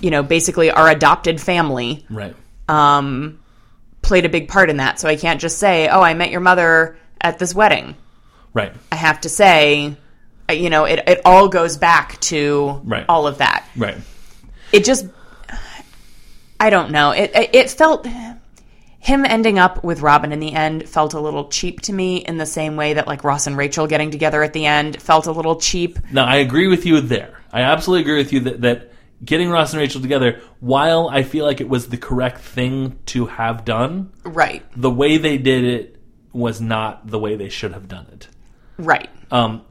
[SPEAKER 3] you know, basically our adopted family.
[SPEAKER 2] Right.
[SPEAKER 3] um, played a big part in that. So I can't just say, "Oh, I met your mother at this wedding."
[SPEAKER 2] Right.
[SPEAKER 3] I have to say, uh, you know, it it all goes back to
[SPEAKER 2] Right.
[SPEAKER 3] all of that.
[SPEAKER 2] Right.
[SPEAKER 3] It just, I don't know. It it it felt him ending up with Robin in the end felt a little cheap to me in the same way that like Ross and Rachel getting together at the end felt a little cheap.
[SPEAKER 2] Now I agree with you there. I absolutely agree with you that that getting Ross and Rachel together, while I feel like it was the correct thing to have done,
[SPEAKER 3] Right.
[SPEAKER 2] the way they did it was not the way they should have done it.
[SPEAKER 3] Right.
[SPEAKER 2] Um,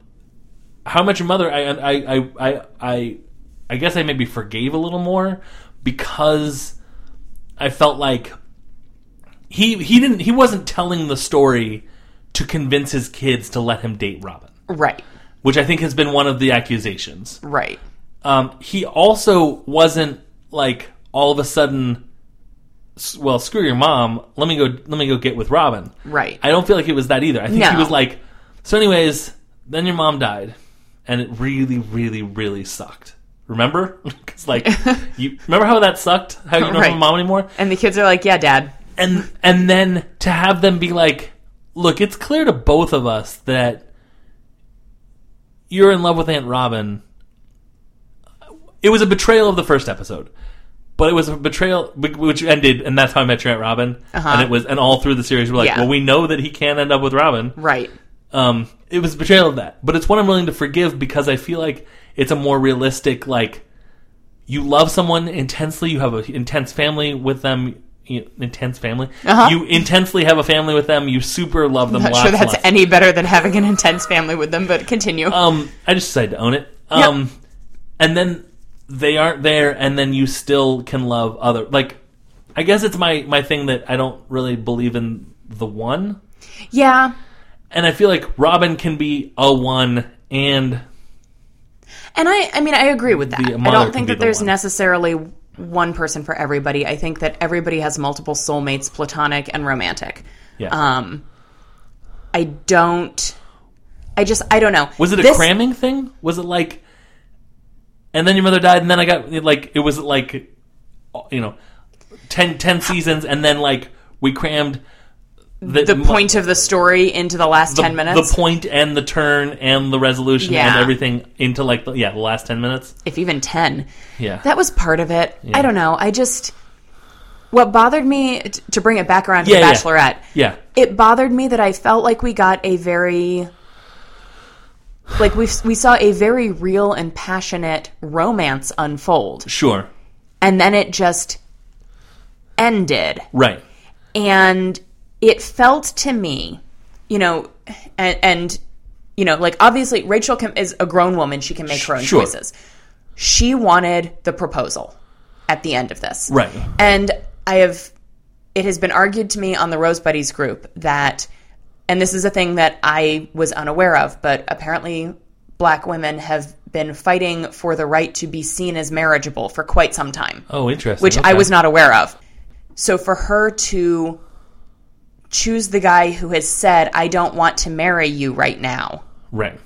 [SPEAKER 2] how much your mother? I I I I I I guess I maybe forgave a little more, because I felt like he he didn't he wasn't telling the story to convince his kids to let him date Robin,
[SPEAKER 3] Right.
[SPEAKER 2] which I think has been one of the accusations.
[SPEAKER 3] Right.
[SPEAKER 2] Um, he also wasn't like all of a sudden, s- well, screw your mom. Let me go. Let me go get with Robin.
[SPEAKER 3] Right.
[SPEAKER 2] I don't feel like it was that either. I think he
[SPEAKER 3] No.
[SPEAKER 2] was like, so, anyways, then your mom died, and it really, really, really sucked. Remember? Because like, you remember how that sucked? How you don't have
[SPEAKER 3] Right.
[SPEAKER 2] a mom anymore?
[SPEAKER 3] and the kids are like, yeah, dad.
[SPEAKER 2] and and then to have them be like, look, it's clear to both of us that you're in love with Aunt Robin. It was a betrayal of the first episode, but it was a betrayal wh- which ended, and that's how I met your Aunt Robin.
[SPEAKER 3] Uh-huh.
[SPEAKER 2] And it was, and all through the series, we're like,
[SPEAKER 3] Yeah.
[SPEAKER 2] well, we know that he can end up with Robin.
[SPEAKER 3] Right.
[SPEAKER 2] Um, it was a betrayal of that, but it's one I'm willing to forgive because I feel like it's a more realistic. Like, you love someone intensely, you have an intense family with them. You, intense family.
[SPEAKER 3] Uh-huh.
[SPEAKER 2] You intensely have a family with them. You super love them.
[SPEAKER 3] I'm not
[SPEAKER 2] lots,
[SPEAKER 3] sure that's
[SPEAKER 2] lots.
[SPEAKER 3] any better than having an intense family with them, but continue.
[SPEAKER 2] Um, I just decided to own it. Um, and then they aren't there, and then you still can love other. Like, I guess it's my my thing that I don't really believe in the one.
[SPEAKER 3] yeah.
[SPEAKER 2] And I feel like Robin can be a one and
[SPEAKER 3] And I, I mean, I agree with that.
[SPEAKER 2] The
[SPEAKER 3] I
[SPEAKER 2] mother
[SPEAKER 3] don't
[SPEAKER 2] can
[SPEAKER 3] think
[SPEAKER 2] be
[SPEAKER 3] that
[SPEAKER 2] the
[SPEAKER 3] there's
[SPEAKER 2] one.
[SPEAKER 3] necessarily one person for everybody. I think that everybody has multiple soulmates, platonic and romantic.
[SPEAKER 2] yeah.
[SPEAKER 3] Um, I don't. I just, I don't know.
[SPEAKER 2] Was it a
[SPEAKER 3] This-
[SPEAKER 2] cramming thing? Was it like, and then your mother died, and then I got like it was like, you know, 10, 10 seasons, and then like we crammed the,
[SPEAKER 3] The
[SPEAKER 2] mo-
[SPEAKER 3] point of the story into the last
[SPEAKER 2] the-
[SPEAKER 3] ten minutes,
[SPEAKER 2] the point and the turn and the resolution and
[SPEAKER 3] Yeah.
[SPEAKER 2] everything into like the, yeah the last ten minutes.
[SPEAKER 3] if even ten.
[SPEAKER 2] Yeah,
[SPEAKER 3] That was part of it. I don't know. I just what bothered me t- to bring it back around to
[SPEAKER 2] Yeah, yeah.
[SPEAKER 3] the Bachelorette.
[SPEAKER 2] yeah,
[SPEAKER 3] It bothered me that I felt like we got a very like we we saw a very real and passionate romance unfold,
[SPEAKER 2] sure,
[SPEAKER 3] and then it just ended
[SPEAKER 2] right,
[SPEAKER 3] and it felt to me, you know, and, and you know, like obviously Rachel can, is a grown woman; she can make her own
[SPEAKER 2] Sure.
[SPEAKER 3] choices. She wanted the proposal at the end of this,
[SPEAKER 2] right,
[SPEAKER 3] and I have, it has been argued to me on the Rose Buddies group that, and this is a thing that I was unaware of, but apparently black women have been fighting for the right to be seen as marriageable for quite some time
[SPEAKER 2] oh interesting,
[SPEAKER 3] which I
[SPEAKER 2] Okay.
[SPEAKER 3] was not aware of. So for her to choose the guy who has said, I don't want to marry you right now,
[SPEAKER 2] right,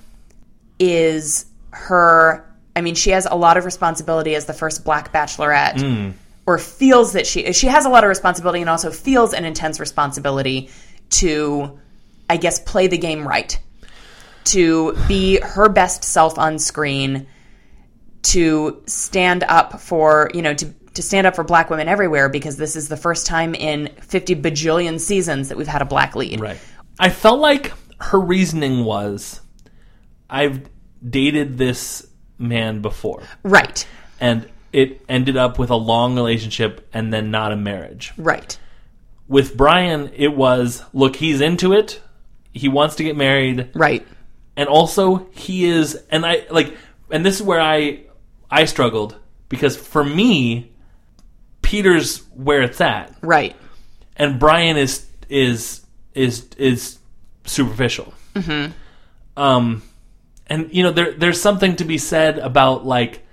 [SPEAKER 3] is her. I mean, she has a lot of responsibility as the first black bachelorette, or feels that she she has a lot of responsibility, and also feels an intense responsibility to, I guess, play the game right, to be her best self on screen, to stand up for you know to to stand up for black women everywhere because this is the first time in fifty bajillion seasons that we've had a black lead.
[SPEAKER 2] right. I felt like her reasoning was, I've dated this man before.
[SPEAKER 3] right,
[SPEAKER 2] and it ended up with a long relationship and then not a marriage.
[SPEAKER 3] right,
[SPEAKER 2] With Brian, it was look, he's into it, he wants to get married,
[SPEAKER 3] right,
[SPEAKER 2] and also he is and I like and this is where I I struggled because for me Peter's where it's at
[SPEAKER 3] right,
[SPEAKER 2] and Brian is is is is superficial. Mm-hmm. Um, and you know there there's something to be said about like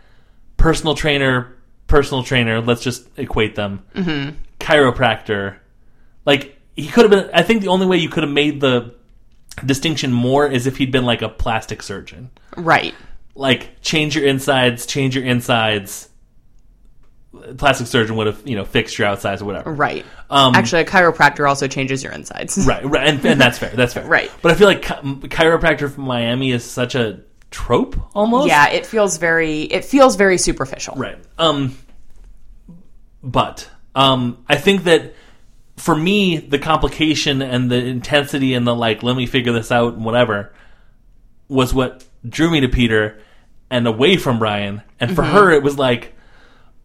[SPEAKER 2] personal trainer, personal trainer. Let's just equate them. Mm-hmm. Chiropractor, like he could have been. I think the only way you could have made the distinction more is if he'd been like a plastic surgeon
[SPEAKER 3] right,
[SPEAKER 2] like change your insides, change your insides. Plastic surgeon would have you know fixed your outsides or whatever.
[SPEAKER 3] right.
[SPEAKER 2] Um,
[SPEAKER 3] Actually, a chiropractor also changes your insides.
[SPEAKER 2] right, right, and, and that's fair. That's fair.
[SPEAKER 3] Right.
[SPEAKER 2] But I feel like chi- chiropractor from Miami is such a trope almost.
[SPEAKER 3] Yeah, it feels very it feels very superficial.
[SPEAKER 2] Right. Um. But um, I think that for me, the complication and the intensity and the like, let me figure this out and whatever, was what drew me to Peter and away from Brian. And
[SPEAKER 3] Mm-hmm.
[SPEAKER 2] for her, it was like,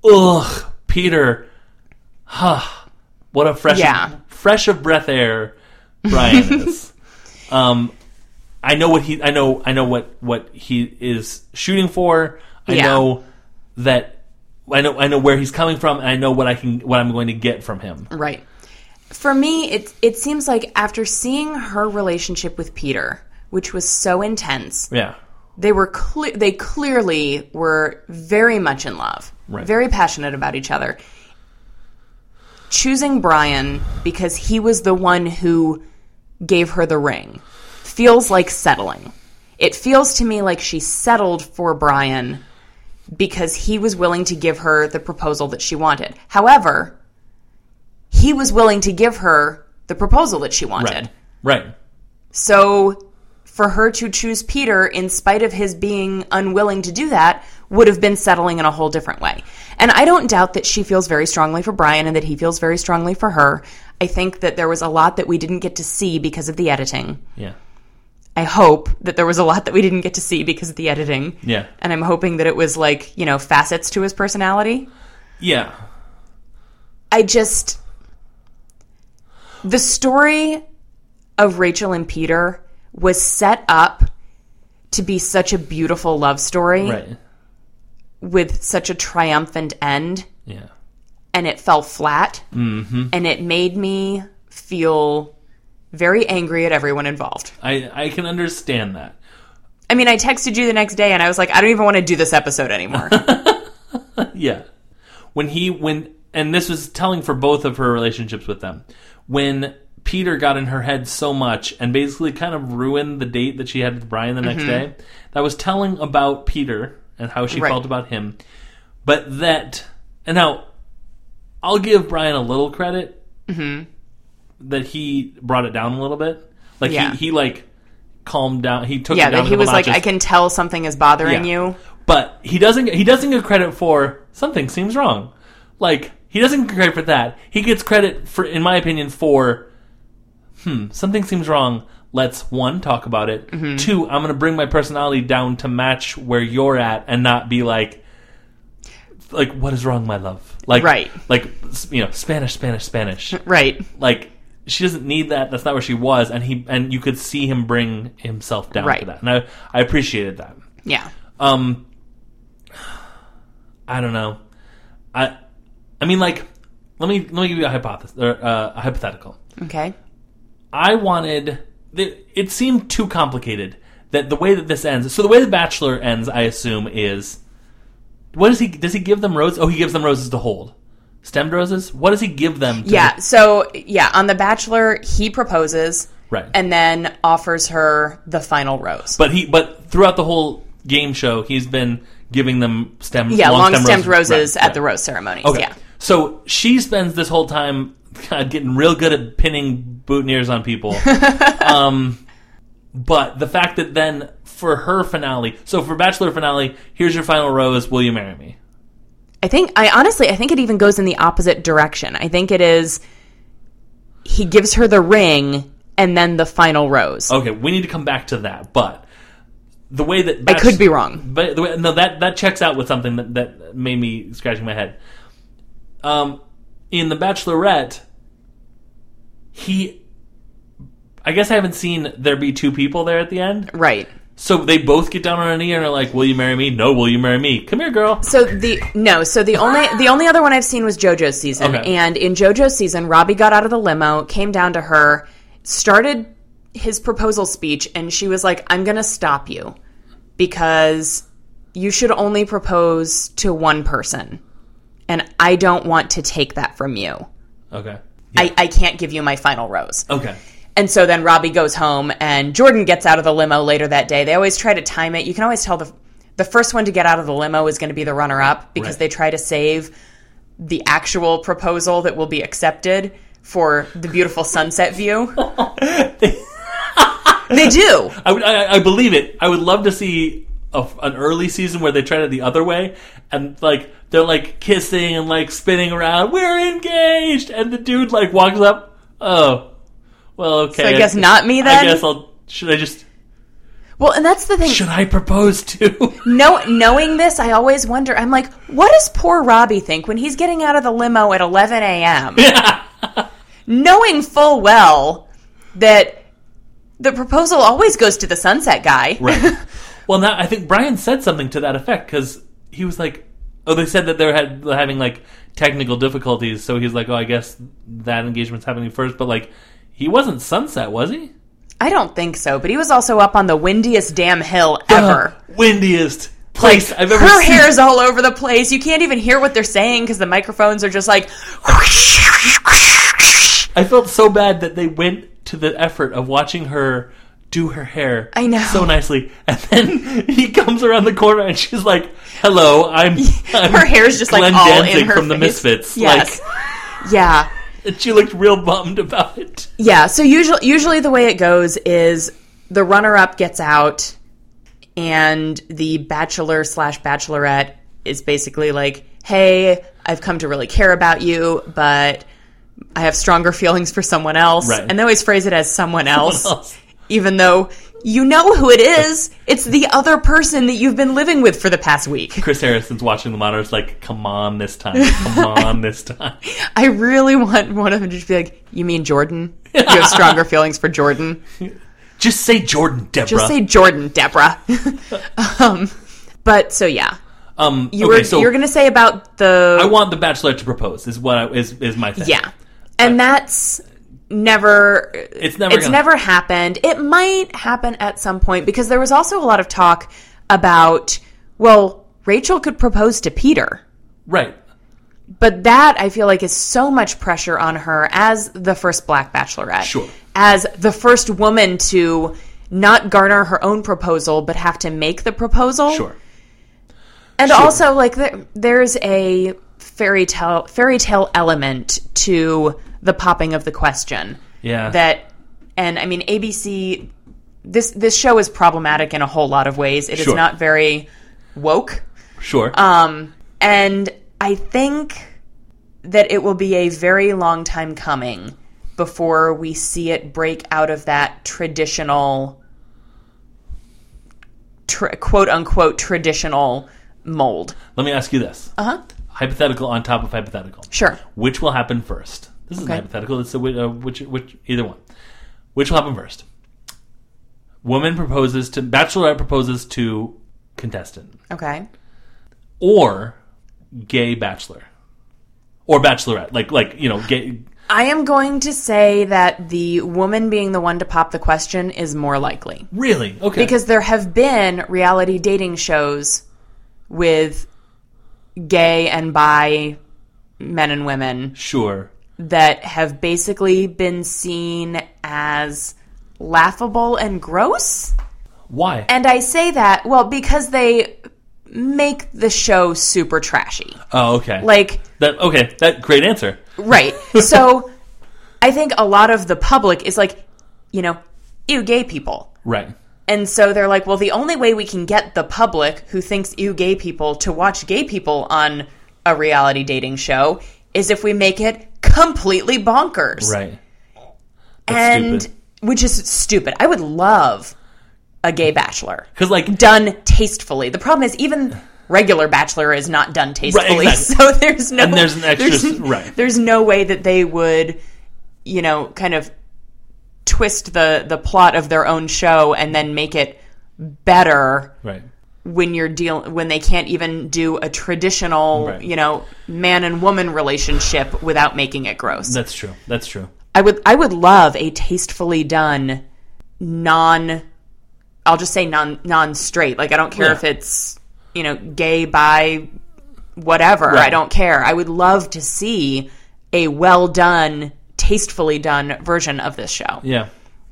[SPEAKER 2] ugh, Peter, huh, what a fresh,
[SPEAKER 3] Yeah.
[SPEAKER 2] fresh of breath air Brian is. um, I know what he, I know, I know what what he is shooting for. I
[SPEAKER 3] Yeah.
[SPEAKER 2] know that I know I know where he's coming from, and I know what I can what I'm going to get from him.
[SPEAKER 3] Right. For me, it it seems like after seeing her relationship with Peter, which was so intense,
[SPEAKER 2] Yeah.
[SPEAKER 3] they were cle- they clearly were very much in love,
[SPEAKER 2] Right.
[SPEAKER 3] very passionate about each other. Choosing Brian because he was the one who gave her the ring feels like settling. It feels to me like she settled for Brian because he was willing to give her the proposal that she wanted. However, he was willing to give her the proposal that she wanted.
[SPEAKER 2] Right. Right.
[SPEAKER 3] So for her to choose Peter in spite of his being unwilling to do that would have been settling in a whole different way. And I don't doubt that she feels very strongly for Brian and that he feels very strongly for her. I think that there was a lot that we didn't get to see because of the editing.
[SPEAKER 2] Yeah.
[SPEAKER 3] I hope that there was a lot that we didn't get to see because of the editing.
[SPEAKER 2] Yeah.
[SPEAKER 3] And I'm hoping that it was like, you know, facets to his personality.
[SPEAKER 2] Yeah.
[SPEAKER 3] I just the story of Rachel and Peter was set up to be such a beautiful love story
[SPEAKER 2] Right.
[SPEAKER 3] with such a triumphant end
[SPEAKER 2] Yeah.
[SPEAKER 3] and it fell flat
[SPEAKER 2] Mm-hmm.
[SPEAKER 3] and it made me feel very angry at everyone involved.
[SPEAKER 2] I I can understand that.
[SPEAKER 3] I mean, I texted you the next day and I was like, I don't even want to do this episode anymore.
[SPEAKER 2] Yeah. When he when and this was telling for both of her relationships with them. When Peter got in her head so much and basically kind of ruined the date that she had with Brian the next day. That was telling about Peter and how she
[SPEAKER 3] Mm-hmm. Right.
[SPEAKER 2] felt about him. But that and now I'll give Brian a little credit that he brought it down a little bit. Like
[SPEAKER 3] Mm-hmm. Yeah.
[SPEAKER 2] he, he like calmed down. He took
[SPEAKER 3] yeah,
[SPEAKER 2] it down.
[SPEAKER 3] that
[SPEAKER 2] a
[SPEAKER 3] he
[SPEAKER 2] couple
[SPEAKER 3] was like,
[SPEAKER 2] notches.
[SPEAKER 3] I can tell something is bothering
[SPEAKER 2] Yeah.
[SPEAKER 3] you.
[SPEAKER 2] But he doesn't. He doesn't get credit for something seems wrong. Like he doesn't get credit for that. He gets credit for, in my opinion, for hmm, something seems wrong. Let's one talk about it.
[SPEAKER 3] Mm-hmm.
[SPEAKER 2] Two, I'm going to bring my personality down to match where you're at, and not be like, like what is wrong, my love? Like
[SPEAKER 3] Right.
[SPEAKER 2] Like s- you know, Spanish, Spanish, Spanish.
[SPEAKER 3] Right.
[SPEAKER 2] like she doesn't need that. That's not where she was, and he and you could see him bring himself down to
[SPEAKER 3] Right.
[SPEAKER 2] that, and I I appreciated that.
[SPEAKER 3] Yeah.
[SPEAKER 2] Um, I don't know. I, I mean, like, let me let me give you a hypothesis or uh, a hypothetical.
[SPEAKER 3] Okay.
[SPEAKER 2] I wanted. It it seemed too complicated that the way that this ends. So the way the Bachelor ends, I assume, is what does he does he give them roses? Oh, he gives them roses to hold, stemmed roses. What does he give them? To
[SPEAKER 3] Yeah. So yeah, on The Bachelor, he proposes
[SPEAKER 2] right.
[SPEAKER 3] and then offers her the final rose.
[SPEAKER 2] but he but throughout the whole game show, he's been giving them stem
[SPEAKER 3] yeah, long
[SPEAKER 2] long-stemmed
[SPEAKER 3] stemmed roses
[SPEAKER 2] Right,
[SPEAKER 3] at
[SPEAKER 2] right.
[SPEAKER 3] the rose ceremonies.
[SPEAKER 2] Okay.
[SPEAKER 3] Yeah.
[SPEAKER 2] So she spends this whole time God, getting real good at pinning boutonnieres on people. um, but the fact that then for her finale, so for bachelor finale, here's your final rose. Will you marry me?
[SPEAKER 3] I think I honestly I think it even goes in the opposite direction. I think it is he gives her the ring and then the final rose.
[SPEAKER 2] Okay, we need to come back to that. But the way that
[SPEAKER 3] I could be wrong.
[SPEAKER 2] But the way, no, that that checks out with something that that made me scratching my head. Um, in the Bachelorette, he. I guess I haven't seen there be two people there at the end.
[SPEAKER 3] Right.
[SPEAKER 2] So they both get down on a knee and are like, "Will you marry me? No, will you marry me? Come here, girl."
[SPEAKER 3] So the no, so the only the only other one I've seen was JoJo's season,
[SPEAKER 2] Okay.
[SPEAKER 3] and in JoJo's season, Robbie got out of the limo, came down to her, started his proposal speech, and she was like, "I'm gonna stop you because you should only propose to one person, and I don't want to take that from you.
[SPEAKER 2] Okay.
[SPEAKER 3] I, I can't give you my final rose."
[SPEAKER 2] Okay.
[SPEAKER 3] And so then Robbie goes home, and Jordan gets out of the limo later that day. They always try to time it. You can always tell the the first one to get out of the limo is going to be the runner up because
[SPEAKER 2] Right.
[SPEAKER 3] they try to save the actual proposal that will be accepted for the beautiful sunset view. they do.
[SPEAKER 2] I, would, I, I believe it. I would love to see a, an early season where they tried it the other way and like they're like kissing and like spinning around. We're engaged, and the dude like walks up. Oh, well, okay.
[SPEAKER 3] I guess not me
[SPEAKER 2] I
[SPEAKER 3] then.
[SPEAKER 2] guess I'll. Should I just?
[SPEAKER 3] Well, and that's the thing.
[SPEAKER 2] Should I propose to?
[SPEAKER 3] No, knowing this, I always wonder. I'm like, what does poor Robbie think when he's getting out of the limo at 11 a.m.? knowing full well that the proposal always goes to the sunset guy.
[SPEAKER 2] right. Well, now I think Brian said something to that effect because he was like, Oh, they said that they were had, having like technical difficulties, so he's like, "Oh, I guess that engagement's happening first. But like, he wasn't sunset, was he?
[SPEAKER 3] I don't think so, but he was also up on the windiest damn hill ever.
[SPEAKER 2] Windiest place I've ever
[SPEAKER 3] Her
[SPEAKER 2] seen.
[SPEAKER 3] hair's all over the place. You can't even hear what they're saying because the microphones are just like.
[SPEAKER 2] I felt so bad that they went to the effort of watching her do her hair
[SPEAKER 3] I know.
[SPEAKER 2] so nicely and then he comes around the corner and she's like hello i'm, I'm
[SPEAKER 3] Her hair's just like
[SPEAKER 2] Glenn
[SPEAKER 3] all
[SPEAKER 2] Danzig
[SPEAKER 3] in her
[SPEAKER 2] from the
[SPEAKER 3] face.
[SPEAKER 2] misfits
[SPEAKER 3] Yes. yeah.
[SPEAKER 2] like and she looked real bummed about it
[SPEAKER 3] Yeah. So usually, usually the way it goes is the runner-up gets out, and the bachelor slash bachelorette is basically like, "Hey, I've come to really care about you, but I have stronger feelings for someone else."
[SPEAKER 2] Right.
[SPEAKER 3] And they always phrase it as someone else,
[SPEAKER 2] else.
[SPEAKER 3] even though you know who it is. It's the other person that you've been living with for the past week.
[SPEAKER 2] chris harrison's watching the monitors like come on this time come on this time
[SPEAKER 3] I really want one of them to just be like, "You mean Jordan? You have stronger feelings for Jordan."
[SPEAKER 2] just say jordan deborah
[SPEAKER 3] Just say Jordan, Deborah. um, but so yeah,
[SPEAKER 2] um
[SPEAKER 3] you
[SPEAKER 2] okay,
[SPEAKER 3] were
[SPEAKER 2] so
[SPEAKER 3] you're gonna say about
[SPEAKER 2] i
[SPEAKER 3] the
[SPEAKER 2] want the bachelorette to propose is what I, is is my thing
[SPEAKER 3] yeah, and that's never
[SPEAKER 2] it's never
[SPEAKER 3] it's
[SPEAKER 2] Uh, gonna-
[SPEAKER 3] never happened. It might happen at some point because there was also a lot of talk about well, Rachel could propose to Peter.
[SPEAKER 2] right
[SPEAKER 3] But that I feel like is so much pressure on her as the first black bachelorette.
[SPEAKER 2] Sure.
[SPEAKER 3] As the first woman to not garner her own proposal but have to make the proposal.
[SPEAKER 2] sure
[SPEAKER 3] And also, like, there, there's a fairy tale fairy tale element to the popping of the question
[SPEAKER 2] yeah
[SPEAKER 3] that, and I mean, ABC. This this show is problematic in a whole lot of ways. It is
[SPEAKER 2] Sure.
[SPEAKER 3] not very woke,
[SPEAKER 2] sure
[SPEAKER 3] um, and I think that it will be a very long time coming before we see it break out of that traditional, tr quote unquote, traditional mold.
[SPEAKER 2] Let me ask you this.
[SPEAKER 3] Uh huh.
[SPEAKER 2] Hypothetical on top of hypothetical.
[SPEAKER 3] Sure.
[SPEAKER 2] Which will happen first? This is
[SPEAKER 3] Okay.
[SPEAKER 2] not hypothetical. It's a, whi- uh, which, which, either one. Which will happen first? Woman proposes to, bachelorette proposes to contestant,
[SPEAKER 3] Okay.
[SPEAKER 2] or gay bachelor, or bachelorette. Like, like you know, gay.
[SPEAKER 3] I am going to say that the woman being the one to pop the question is more likely
[SPEAKER 2] Really? Okay.
[SPEAKER 3] because there have been reality dating shows with gay and bi men and women
[SPEAKER 2] sure.
[SPEAKER 3] that have basically been seen as laughable and gross.
[SPEAKER 2] Why?
[SPEAKER 3] And I say that, well, because they make the show super trashy.
[SPEAKER 2] oh, okay.
[SPEAKER 3] Like,
[SPEAKER 2] that. Okay. That great answer.
[SPEAKER 3] right. So I think a lot of the public is like, you know, ew, gay people.
[SPEAKER 2] Right.
[SPEAKER 3] And so they're like, well, the only way we can get the public who thinks ew gay people to watch gay people on a reality dating show is if we make it completely bonkers.
[SPEAKER 2] Right.
[SPEAKER 3] and
[SPEAKER 2] stupid.
[SPEAKER 3] which is stupid. I would love a gay bachelor
[SPEAKER 2] Because like
[SPEAKER 3] done tastefully. The problem is even regular bachelor is not done tastefully.
[SPEAKER 2] exactly.
[SPEAKER 3] So there's no
[SPEAKER 2] And there's an extra-
[SPEAKER 3] there's-
[SPEAKER 2] right.
[SPEAKER 3] There's no way that they would you know kind of twist the the plot of their own show and then make it better
[SPEAKER 2] right.
[SPEAKER 3] when you're deal when they can't even do a traditional,
[SPEAKER 2] Right.
[SPEAKER 3] you know, man and woman relationship without making it gross.
[SPEAKER 2] That's true. That's true.
[SPEAKER 3] I would I would love a tastefully done non I'll just say non non straight. Like I don't care
[SPEAKER 2] Yeah.
[SPEAKER 3] if it's you know gay by whatever. I
[SPEAKER 2] Right.
[SPEAKER 3] don't care. I would love to see a well done tastefully done version of this show.
[SPEAKER 2] Yeah.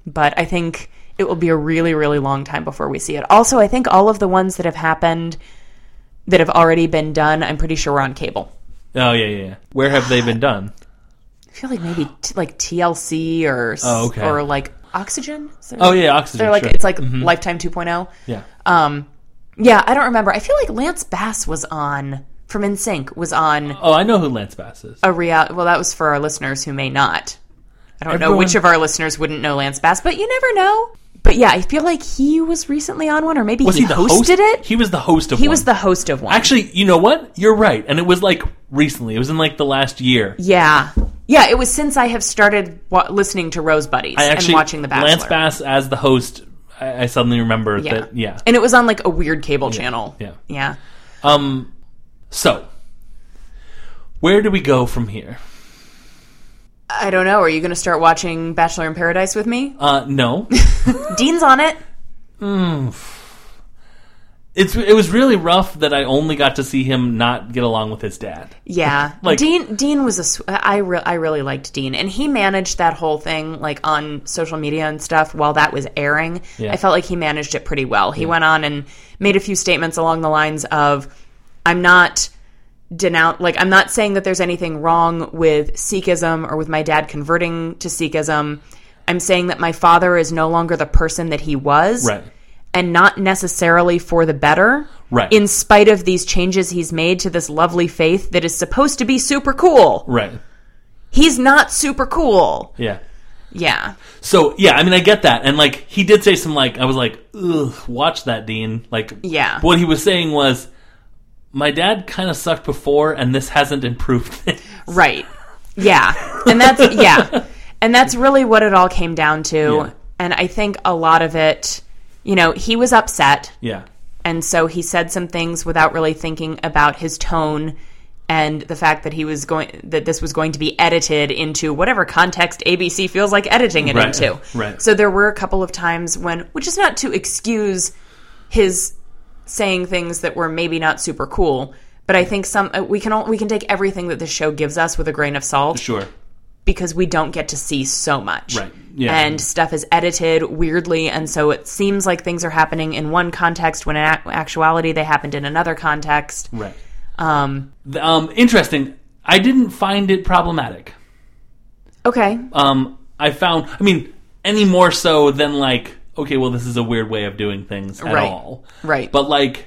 [SPEAKER 3] But I think it will be a really really long time before we see it. Also, I think all of the ones that have happened that have already been done, I'm pretty sure we're on cable.
[SPEAKER 2] Oh yeah, yeah. yeah. Where have they been done?
[SPEAKER 3] I feel like maybe t- like TLC or s-
[SPEAKER 2] Oh, okay.
[SPEAKER 3] or like Oxygen. Is there-
[SPEAKER 2] Oh yeah, oxygen.
[SPEAKER 3] They're like
[SPEAKER 2] sure. Mm-hmm.
[SPEAKER 3] it's like Lifetime 2.0.
[SPEAKER 2] yeah.
[SPEAKER 3] Um, yeah, I don't remember. I feel like Lance Bass was on from NSYNC was on
[SPEAKER 2] Oh, I know who Lance Bass is.
[SPEAKER 3] a real. Well, that was for our listeners who may not. I don't know
[SPEAKER 2] Everyone-
[SPEAKER 3] which of our listeners wouldn't know Lance Bass, but you never know. But yeah, I feel like he was recently on one, or maybe
[SPEAKER 2] Was
[SPEAKER 3] he,
[SPEAKER 2] he the
[SPEAKER 3] hosted
[SPEAKER 2] host?
[SPEAKER 3] it. He,
[SPEAKER 2] He was the host of. one.
[SPEAKER 3] was the host of one.
[SPEAKER 2] Actually, you know what? You're right, and it was like recently. It was in like the last year.
[SPEAKER 3] yeah, yeah. It was since I have started wa- listening to Rose Buddies
[SPEAKER 2] I actually
[SPEAKER 3] and watching The Bachelor.
[SPEAKER 2] Lance Bass as the host. I, I suddenly remember
[SPEAKER 3] yeah.
[SPEAKER 2] that. Yeah.
[SPEAKER 3] and it was on like a weird cable channel.
[SPEAKER 2] yeah.
[SPEAKER 3] yeah.
[SPEAKER 2] Um. So, where do we go from here?
[SPEAKER 3] I don't know. Are you going to start watching Bachelor in Paradise with me?
[SPEAKER 2] Uh, no, Uh,
[SPEAKER 3] Dean's on it.
[SPEAKER 2] it's it was really rough that I only got to see him not get along with his dad.
[SPEAKER 3] Yeah,
[SPEAKER 2] Like-
[SPEAKER 3] Dean. Dean was a. sw- I re- I really liked Dean, and he managed that whole thing like on social media and stuff while that was airing.
[SPEAKER 2] Yeah.
[SPEAKER 3] I felt like he managed it pretty well. He went on and made a few statements along the lines of, "I'm not." denounce like i'm not saying that there's anything wrong with sikhism or with my dad converting to sikhism i'm saying that my father is no longer the person that he was
[SPEAKER 2] Right.
[SPEAKER 3] and not necessarily for the better
[SPEAKER 2] Right.
[SPEAKER 3] in spite of these changes he's made to this lovely faith that is supposed to be super cool
[SPEAKER 2] Right.
[SPEAKER 3] he's not super cool
[SPEAKER 2] Yeah.
[SPEAKER 3] yeah
[SPEAKER 2] So yeah, I mean, I get that, and like he did say some like I was like, ugh, watch that, Dean. Like,
[SPEAKER 3] Yeah.
[SPEAKER 2] what he was saying was, my dad kind of sucked before, and this hasn't improved. things."
[SPEAKER 3] Right. Yeah. And that's yeah. And that's really what it all came down to.
[SPEAKER 2] Yeah.
[SPEAKER 3] And I think a lot of it, you know, he was upset
[SPEAKER 2] yeah,
[SPEAKER 3] and so he said some things without really thinking about his tone and the fact that he was going that this was going to be edited into whatever context ABC feels like editing it
[SPEAKER 2] Right.
[SPEAKER 3] into.
[SPEAKER 2] Right.
[SPEAKER 3] So there were a couple of times when which is not to excuse his saying things that were maybe not super cool, but I think some uh, we can all, we can take everything that this show gives us with a grain of salt
[SPEAKER 2] sure.
[SPEAKER 3] because we don't get to see so much.
[SPEAKER 2] Right. Yeah.
[SPEAKER 3] And stuff is edited weirdly, and so it seems like things are happening in one context when in ac- actuality they happened in another context.
[SPEAKER 2] Right.
[SPEAKER 3] Um,
[SPEAKER 2] The- Um, interesting. I didn't find it problematic.
[SPEAKER 3] okay.
[SPEAKER 2] Um, I found. I mean, any more so than like, okay, well, this is a weird way of doing things at
[SPEAKER 3] Right.
[SPEAKER 2] all.
[SPEAKER 3] Right.
[SPEAKER 2] But like,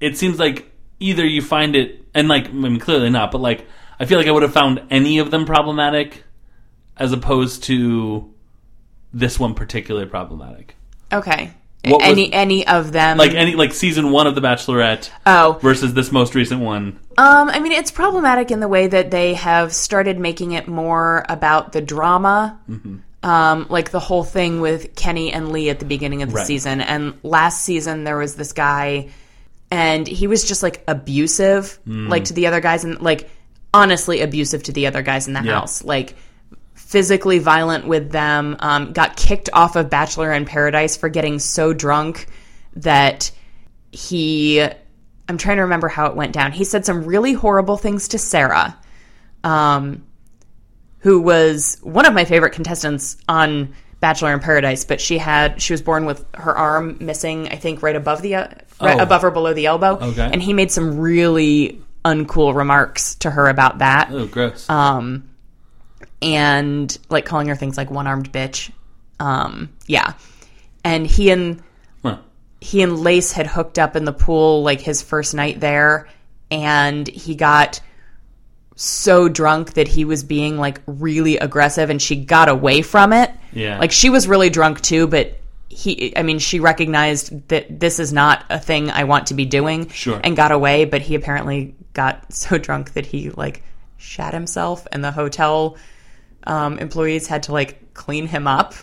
[SPEAKER 2] it seems like either you find it, and like, I mean, clearly not, but like, I feel like I would have found any of them problematic as opposed to this one particularly problematic.
[SPEAKER 3] okay.
[SPEAKER 2] What was-
[SPEAKER 3] Any any of them?
[SPEAKER 2] Like, any, like, season one of The Bachelorette
[SPEAKER 3] oh,
[SPEAKER 2] versus this most recent one.
[SPEAKER 3] um, I mean, it's problematic in the way that they have started making it more about the drama. Um, like the whole thing with Kenny and Lee at the beginning of the
[SPEAKER 2] Right.
[SPEAKER 3] season. And last season, there was this guy and he was just like abusive like to the other guys and like honestly abusive to the other guys in the house like physically violent with them um, got kicked off of bachelor in paradise for getting so drunk that he i'm trying to remember how it went down he said some really horrible things to sarah um, who was one of my favorite contestants on Bachelor in Paradise, but she had she was born with her arm missing, I think, right above the uh, right
[SPEAKER 2] Oh.
[SPEAKER 3] above or below the elbow.
[SPEAKER 2] Okay.
[SPEAKER 3] And he made some really uncool remarks to her about that,
[SPEAKER 2] Oh, gross.
[SPEAKER 3] um, and like calling her things like one armed bitch. Um, yeah, and he and
[SPEAKER 2] Huh.
[SPEAKER 3] he and Lace had hooked up in the pool like his first night there, and he got so drunk that he was being like really aggressive, and she got away from it.
[SPEAKER 2] Yeah.
[SPEAKER 3] like she was really drunk too, but he, I mean, she recognized that this is not a thing I want to be doing,
[SPEAKER 2] Sure.
[SPEAKER 3] and got away. But he apparently got so drunk that he like shat himself, and the hotel um, employees had to like clean him up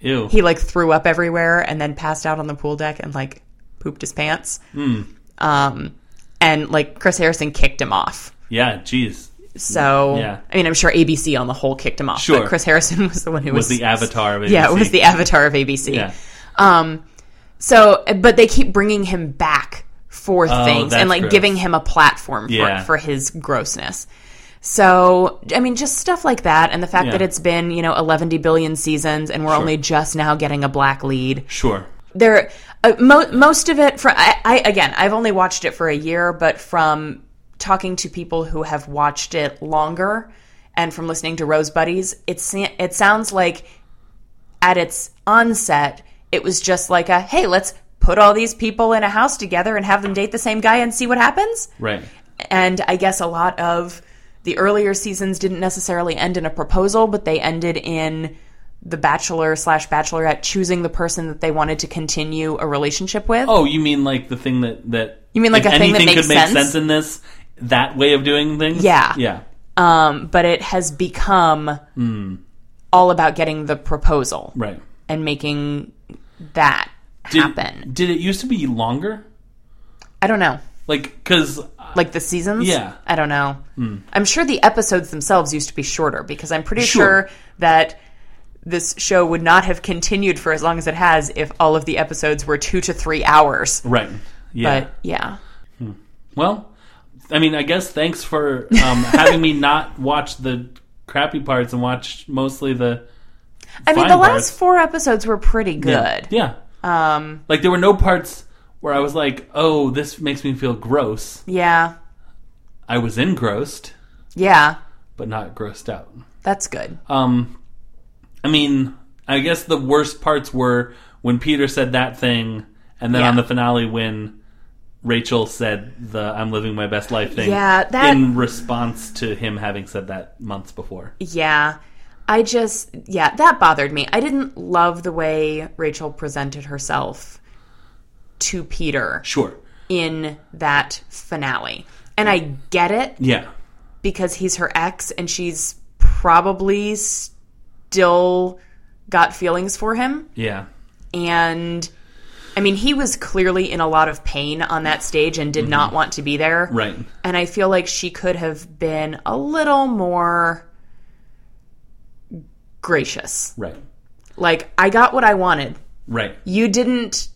[SPEAKER 2] Ew.
[SPEAKER 3] he like threw up everywhere and then passed out on the pool deck and like pooped his pants.
[SPEAKER 2] Hmm.
[SPEAKER 3] Um, and like Chris Harrison kicked him off.
[SPEAKER 2] yeah, jeez.
[SPEAKER 3] So
[SPEAKER 2] Yeah.
[SPEAKER 3] I mean, I'm sure ABC on the whole kicked him off.
[SPEAKER 2] Sure.
[SPEAKER 3] but Chris Harrison was the one who
[SPEAKER 2] Was
[SPEAKER 3] was,
[SPEAKER 2] the avatar of
[SPEAKER 3] yeah, it was
[SPEAKER 2] ABC.
[SPEAKER 3] the avatar of ABC.
[SPEAKER 2] Yeah.
[SPEAKER 3] Um, so but they keep bringing him back for things
[SPEAKER 2] Oh, that's
[SPEAKER 3] and like
[SPEAKER 2] gross.
[SPEAKER 3] giving him a platform for,
[SPEAKER 2] Yeah.
[SPEAKER 3] for his grossness. So I mean, just stuff like that, and the fact
[SPEAKER 2] Yeah.
[SPEAKER 3] that it's been you know 11 billion seasons, and we're only just now getting a black lead
[SPEAKER 2] Sure.
[SPEAKER 3] there uh, mo- most of it from I, I again i've only watched it for a year but from talking to people who have watched it longer and from listening to rose buddies it, sa- it sounds like at its onset it was just like a hey let's put all these people in a house together and have them date the same guy and see what happens
[SPEAKER 2] Right.
[SPEAKER 3] and I guess a lot of the earlier seasons didn't necessarily end in a proposal, but they ended in the bachelor slash bachelorette choosing the person that they wanted to continue a relationship with.
[SPEAKER 2] Oh, you mean like the thing that that you
[SPEAKER 3] mean like a thing that
[SPEAKER 2] anything
[SPEAKER 3] makes
[SPEAKER 2] could make
[SPEAKER 3] sense?
[SPEAKER 2] sense in this that way of doing things?
[SPEAKER 3] Yeah.
[SPEAKER 2] yeah,
[SPEAKER 3] Um, but it has become
[SPEAKER 2] Hmm.
[SPEAKER 3] all about getting the proposal
[SPEAKER 2] right.
[SPEAKER 3] and making that
[SPEAKER 2] Did,
[SPEAKER 3] happen.
[SPEAKER 2] Did it used to be longer?
[SPEAKER 3] I don't know.
[SPEAKER 2] Like, because
[SPEAKER 3] Like the seasons?
[SPEAKER 2] Yeah. Hmm.
[SPEAKER 3] I don't know. I'm sure the episodes themselves used to be shorter because I'm pretty
[SPEAKER 2] Sure.
[SPEAKER 3] sure, that this show would not have continued for as long as it has if all of the episodes were two to three hours.
[SPEAKER 2] Right. Yeah.
[SPEAKER 3] But yeah.
[SPEAKER 2] Well, I mean, I guess thanks for um, having me not watch the crappy parts and watch mostly the.
[SPEAKER 3] I mean,
[SPEAKER 2] Fine
[SPEAKER 3] the
[SPEAKER 2] parts.
[SPEAKER 3] last four episodes were pretty good.
[SPEAKER 2] Yeah.
[SPEAKER 3] Um,
[SPEAKER 2] Like there were no parts where I was like, "Oh, this makes me feel gross."
[SPEAKER 3] yeah.
[SPEAKER 2] I was engrossed,
[SPEAKER 3] Yeah.
[SPEAKER 2] but not grossed out.
[SPEAKER 3] That's good.
[SPEAKER 2] Um, I mean, I guess the worst parts were when Peter said that thing, and then
[SPEAKER 3] Yeah.
[SPEAKER 2] on the finale when Rachel said the "I'm living my best life" thing.
[SPEAKER 3] Yeah, that-
[SPEAKER 2] in response to him having said that months before.
[SPEAKER 3] Yeah. I just, yeah, that bothered me. I didn't love the way Rachel presented herself to Peter
[SPEAKER 2] Sure.
[SPEAKER 3] in that finale. And I get it
[SPEAKER 2] Yeah.
[SPEAKER 3] because he's her ex and she's probably still got feelings for him.
[SPEAKER 2] Yeah.
[SPEAKER 3] And I mean, he was clearly in a lot of pain on that stage and did not want to be there.
[SPEAKER 2] Right.
[SPEAKER 3] And I feel like she could have been a little more gracious.
[SPEAKER 2] Right.
[SPEAKER 3] Like, I got what I wanted.
[SPEAKER 2] Right.
[SPEAKER 3] You didn't.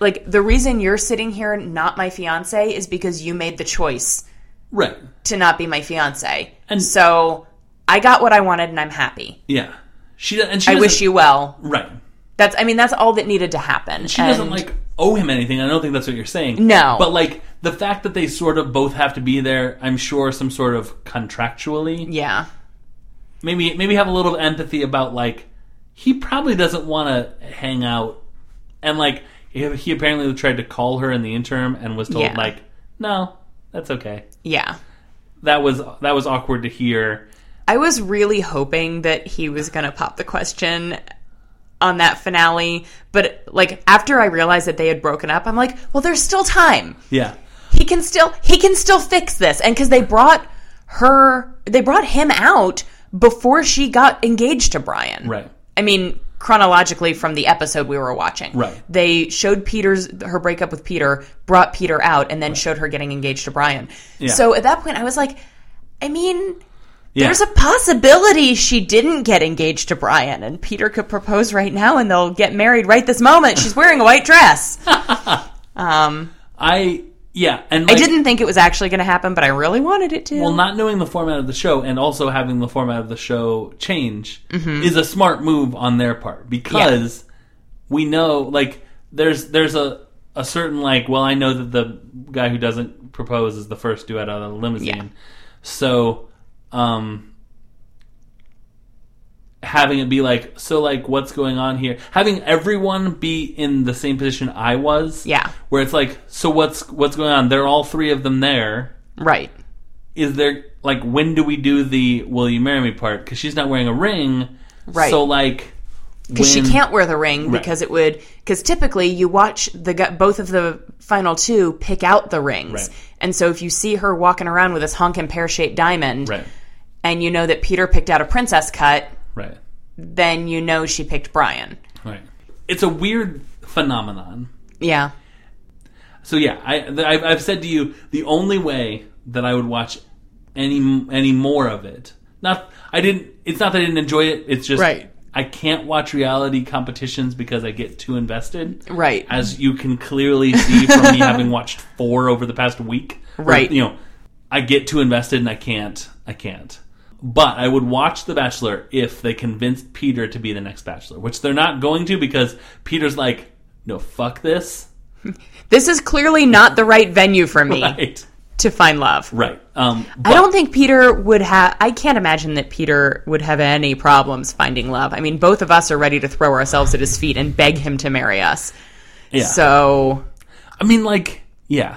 [SPEAKER 3] Like, the reason you're sitting here, not my fiance, is because you made the choice
[SPEAKER 2] Right.
[SPEAKER 3] to not be my fiance.
[SPEAKER 2] And-
[SPEAKER 3] And so I got what I wanted and I'm happy.
[SPEAKER 2] Yeah. She and she
[SPEAKER 3] I
[SPEAKER 2] doesn't-
[SPEAKER 3] wish you well.
[SPEAKER 2] right.
[SPEAKER 3] That's, I mean, that's all that needed to happen.
[SPEAKER 2] She doesn't like owe him anything. I don't think that's what you're saying.
[SPEAKER 3] No.
[SPEAKER 2] But like the fact that they sort of both have to be there, I'm sure some sort of contractually.
[SPEAKER 3] Yeah.
[SPEAKER 2] Maybe maybe have a little empathy about like he probably doesn't want to hang out and like he he apparently tried to call her in the interim and was told
[SPEAKER 3] Yeah.
[SPEAKER 2] like no, that's okay.
[SPEAKER 3] Yeah.
[SPEAKER 2] That was that was awkward to hear.
[SPEAKER 3] I was really hoping that he was going to pop the question on that finale, but like after I realized that they had broken up, I'm like, well, there's still time.
[SPEAKER 2] Yeah.
[SPEAKER 3] He can still he can still fix this. And cuz they brought her they brought him out before she got engaged to Brian.
[SPEAKER 2] Right.
[SPEAKER 3] I mean, chronologically from the episode we were watching.
[SPEAKER 2] Right.
[SPEAKER 3] They showed Peter's her breakup with Peter, brought Peter out and then showed her getting engaged to Brian. So at that point I was like, I mean,
[SPEAKER 2] Yeah.
[SPEAKER 3] there's a possibility she didn't get engaged to Brian, and Peter could propose right now, and they'll get married right this moment. She's wearing a white dress.
[SPEAKER 2] I yeah, and
[SPEAKER 3] I
[SPEAKER 2] like,
[SPEAKER 3] didn't think it was actually going to happen, but I really wanted it to.
[SPEAKER 2] Well, not knowing the format of the show and also having the format of the show change
[SPEAKER 3] Mm-hmm.
[SPEAKER 2] is a smart move on their part because we know like there's there's a a certain like well I know that the guy who doesn't propose is the first duet out of the limousine.
[SPEAKER 3] Yeah.
[SPEAKER 2] So um having it be like so like what's going on here having everyone be in the same position I was.
[SPEAKER 3] Yeah.
[SPEAKER 2] Where it's like so what's what's going on? They're all three of them there
[SPEAKER 3] right.
[SPEAKER 2] is there like when do we do the will you marry me part because she's not wearing a ring
[SPEAKER 3] Right.
[SPEAKER 2] so like
[SPEAKER 3] Because she
[SPEAKER 2] when-
[SPEAKER 3] can't wear the ring because it would. Because typically you watch the gu- both of the final two pick out the rings,
[SPEAKER 2] Right.
[SPEAKER 3] and so if you see her walking around with this honkin' pear shaped diamond,
[SPEAKER 2] right
[SPEAKER 3] and you know that Peter picked out a princess cut,
[SPEAKER 2] right
[SPEAKER 3] then you know she picked Brian.
[SPEAKER 2] right it's a weird phenomenon
[SPEAKER 3] Yeah.
[SPEAKER 2] so yeah I, th- I've, I've said to you the only way that i would watch any any more of it not i didn't it's not that i didn't enjoy it it's just
[SPEAKER 3] Right.
[SPEAKER 2] i can't watch reality competitions because i get too invested
[SPEAKER 3] Right.
[SPEAKER 2] as you can clearly see from me having watched four over the past week. Or,
[SPEAKER 3] Right.
[SPEAKER 2] you know, I get too invested and I can't. I can't. But I would watch The Bachelor if they convinced Peter to be the next Bachelor, which they're not going to because Peter's like, no, fuck this.
[SPEAKER 3] This is clearly not the right venue for me
[SPEAKER 2] Right.
[SPEAKER 3] to find love.
[SPEAKER 2] Right. Um,
[SPEAKER 3] I don't think Peter would have. I can't imagine that Peter would have any problems finding love. I mean, both of us are ready to throw ourselves at his feet and beg him to marry us.
[SPEAKER 2] yeah.
[SPEAKER 3] So,
[SPEAKER 2] I mean, like, yeah.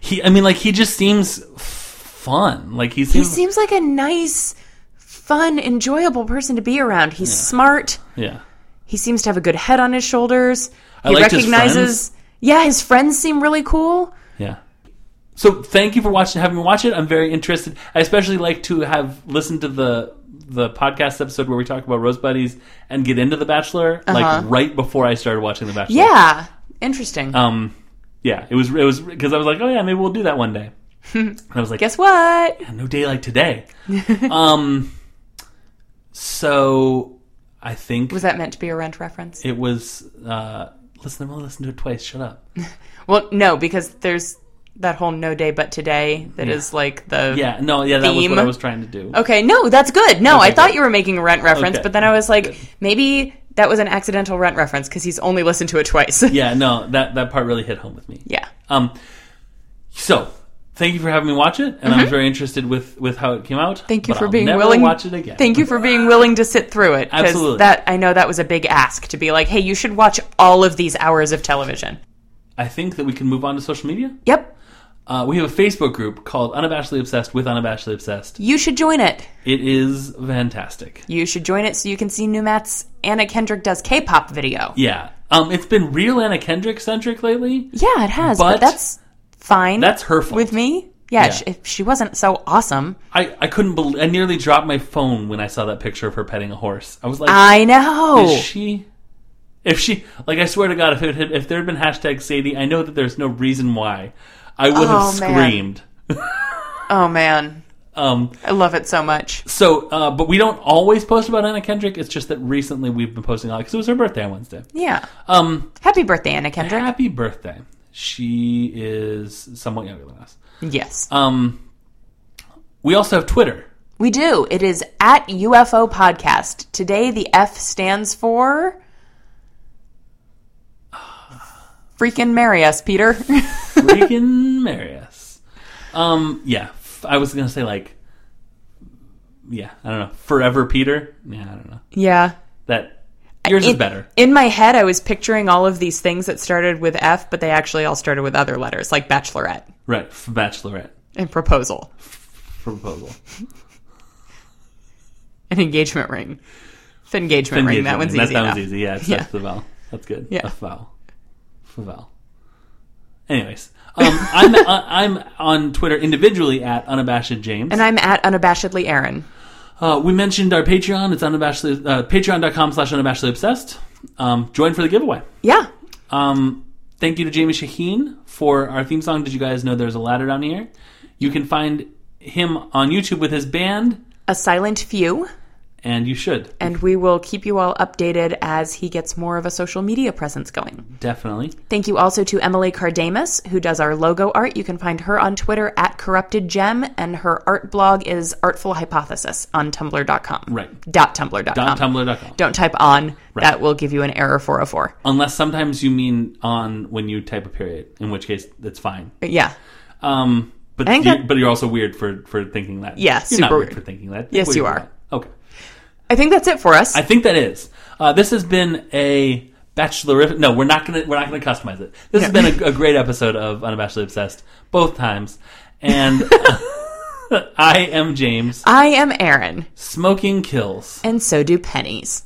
[SPEAKER 2] he, I mean, like, he just seems fun. Like, he
[SPEAKER 3] he
[SPEAKER 2] seems,
[SPEAKER 3] seems like a nice, fun, enjoyable person to be around. He's smart.
[SPEAKER 2] yeah.
[SPEAKER 3] He seems to have a good head on his shoulders. He
[SPEAKER 2] liked his
[SPEAKER 3] recognizes. yeah, his friends seem really cool.
[SPEAKER 2] Yeah. So thank you for watching, having me watch it. I'm very interested. I especially like to have listened to the the podcast episode where we talk about Rose Buddies and
[SPEAKER 3] Uh-huh.
[SPEAKER 2] get into The Bachelor, like right before I started watching The Bachelor.
[SPEAKER 3] Yeah, interesting.
[SPEAKER 2] Um, Yeah, it was it was because I was like, oh yeah, maybe we'll do that one day. and I was like,
[SPEAKER 3] Guess what?
[SPEAKER 2] no day like today. um, so I think
[SPEAKER 3] Was that meant to be a rent reference?
[SPEAKER 2] it was. Uh, listen, we'll listen to it twice. Shut up.
[SPEAKER 3] Well, no, because there's that whole no day but today that is like the
[SPEAKER 2] Yeah, no, yeah, that was
[SPEAKER 3] Theme.
[SPEAKER 2] what I was trying to do.
[SPEAKER 3] Okay, no, that's good. No, I
[SPEAKER 2] Okay,
[SPEAKER 3] thought
[SPEAKER 2] good.
[SPEAKER 3] you were making a rent reference,
[SPEAKER 2] Okay,
[SPEAKER 3] but then I was like, maybe that was an accidental rent reference because he's only listened to it twice.
[SPEAKER 2] Yeah, no, that that part really hit home with me.
[SPEAKER 3] yeah.
[SPEAKER 2] Um, so thank you for having me watch it, and I was very interested with with how it came out.
[SPEAKER 3] Mm-hmm. Thank you
[SPEAKER 2] but
[SPEAKER 3] for
[SPEAKER 2] I'll
[SPEAKER 3] being
[SPEAKER 2] never
[SPEAKER 3] willing.
[SPEAKER 2] Watch it again.
[SPEAKER 3] Thank you for being willing to sit through it. 'cause
[SPEAKER 2] Absolutely.
[SPEAKER 3] That I know that was a big ask to be like, hey, you should watch all of these hours of television.
[SPEAKER 2] I think that we can move on to social media.
[SPEAKER 3] Yep,
[SPEAKER 2] Uh, we have a Facebook group called Unabashedly Obsessed with Unabashedly Obsessed.
[SPEAKER 3] you should join it.
[SPEAKER 2] It is fantastic.
[SPEAKER 3] You should join it so you can see New Matt's Anna Kendrick does K-pop video.
[SPEAKER 2] Yeah. Um, it's been real Anna Kendrick centric lately.
[SPEAKER 3] Yeah, it has, but,
[SPEAKER 2] But-
[SPEAKER 3] that's fine.
[SPEAKER 2] That's her fault.
[SPEAKER 3] with me. Yeah,
[SPEAKER 2] Yeah.
[SPEAKER 3] sh if she wasn't so awesome,
[SPEAKER 2] I, I couldn't believe I nearly dropped my phone when I saw that picture of her petting a horse. I was like,
[SPEAKER 3] I know.
[SPEAKER 2] is she? If she like, I swear to God, if it had, if there had been hashtag Sadie, I know that there's no reason why I would have
[SPEAKER 3] Oh, man.
[SPEAKER 2] screamed.
[SPEAKER 3] oh man,
[SPEAKER 2] Um,
[SPEAKER 3] I love it so much.
[SPEAKER 2] so, uh, but we don't always post about Anna Kendrick. It's just that recently we've been posting a lot because it was her birthday on Wednesday.
[SPEAKER 3] Yeah.
[SPEAKER 2] Um,
[SPEAKER 3] Happy birthday, Anna Kendrick.
[SPEAKER 2] Happy birthday. She is somewhat younger than us.
[SPEAKER 3] yes.
[SPEAKER 2] Um, we also have Twitter.
[SPEAKER 3] we do. It is at UFO Podcast. Today, the F stands for. Freaking marry us, Peter.
[SPEAKER 2] Freaking marry us. Um, yeah, f- I was gonna say like, yeah, I don't know. Forever Peter. Yeah, I don't know.
[SPEAKER 3] yeah.
[SPEAKER 2] That yours is
[SPEAKER 3] In-
[SPEAKER 2] better.
[SPEAKER 3] In my head, I was picturing all of these things that started with F, but they actually all started with other letters, like bachelorette
[SPEAKER 2] Right, f- Bachelorette
[SPEAKER 3] and proposal
[SPEAKER 2] proposal.
[SPEAKER 3] and engagement ring. F engagement ring. That
[SPEAKER 2] Engagement.
[SPEAKER 3] one's
[SPEAKER 2] that,
[SPEAKER 3] easy.
[SPEAKER 2] That one's
[SPEAKER 3] enough.
[SPEAKER 2] easy. Yeah, it's,
[SPEAKER 3] Yeah.
[SPEAKER 2] that's the vowel. That's good.
[SPEAKER 3] Yeah.
[SPEAKER 2] A vowel. A vowel. Anyways, um, I'm I'm on Twitter individually at unabashed James.
[SPEAKER 3] And I'm at unabashedly Aaron.
[SPEAKER 2] Uh, we mentioned our Patreon. It's unabashedly uh, patreon.com slash unabashedly obsessed. Um, join for the giveaway.
[SPEAKER 3] Yeah.
[SPEAKER 2] Um, thank you to Jamie Shaheen for our theme song. Did you guys know there's a ladder down here? You can find him on YouTube with his band,
[SPEAKER 3] A silent few.
[SPEAKER 2] and you should
[SPEAKER 3] and we will keep you all updated as he gets more of a social media presence going.
[SPEAKER 2] definitely.
[SPEAKER 3] Thank you also to Emily Cardamus, who does our logo art. You can find her on Twitter at Corrupted Gem, and her art blog is Artful Hypothesis on Tumblr.com.
[SPEAKER 2] Right.
[SPEAKER 3] Dot Tumblr.com.
[SPEAKER 2] On tumblr.com.
[SPEAKER 3] Don't type on. That will give you an error 404.
[SPEAKER 2] Unless sometimes you mean on when you type a period, in which case that's fine.
[SPEAKER 3] But yeah.
[SPEAKER 2] Um, but
[SPEAKER 3] I think
[SPEAKER 2] you,
[SPEAKER 3] that-
[SPEAKER 2] but you're also weird for for thinking that.
[SPEAKER 3] Yeah,
[SPEAKER 2] you're not
[SPEAKER 3] super
[SPEAKER 2] weird
[SPEAKER 3] weird.
[SPEAKER 2] for thinking that.
[SPEAKER 3] Yes,
[SPEAKER 2] Weird
[SPEAKER 3] you
[SPEAKER 2] for
[SPEAKER 3] are.
[SPEAKER 2] that. Okay.
[SPEAKER 3] I think that's it for us.
[SPEAKER 2] I think that is. Uh, this has been a bachelorif No, we're not gonna we're not gonna customize it. This has been a, a great episode of Unabashedly Obsessed both times, and I am James.
[SPEAKER 3] I am Aaron,
[SPEAKER 2] Smoking kills.
[SPEAKER 3] and so do pennies.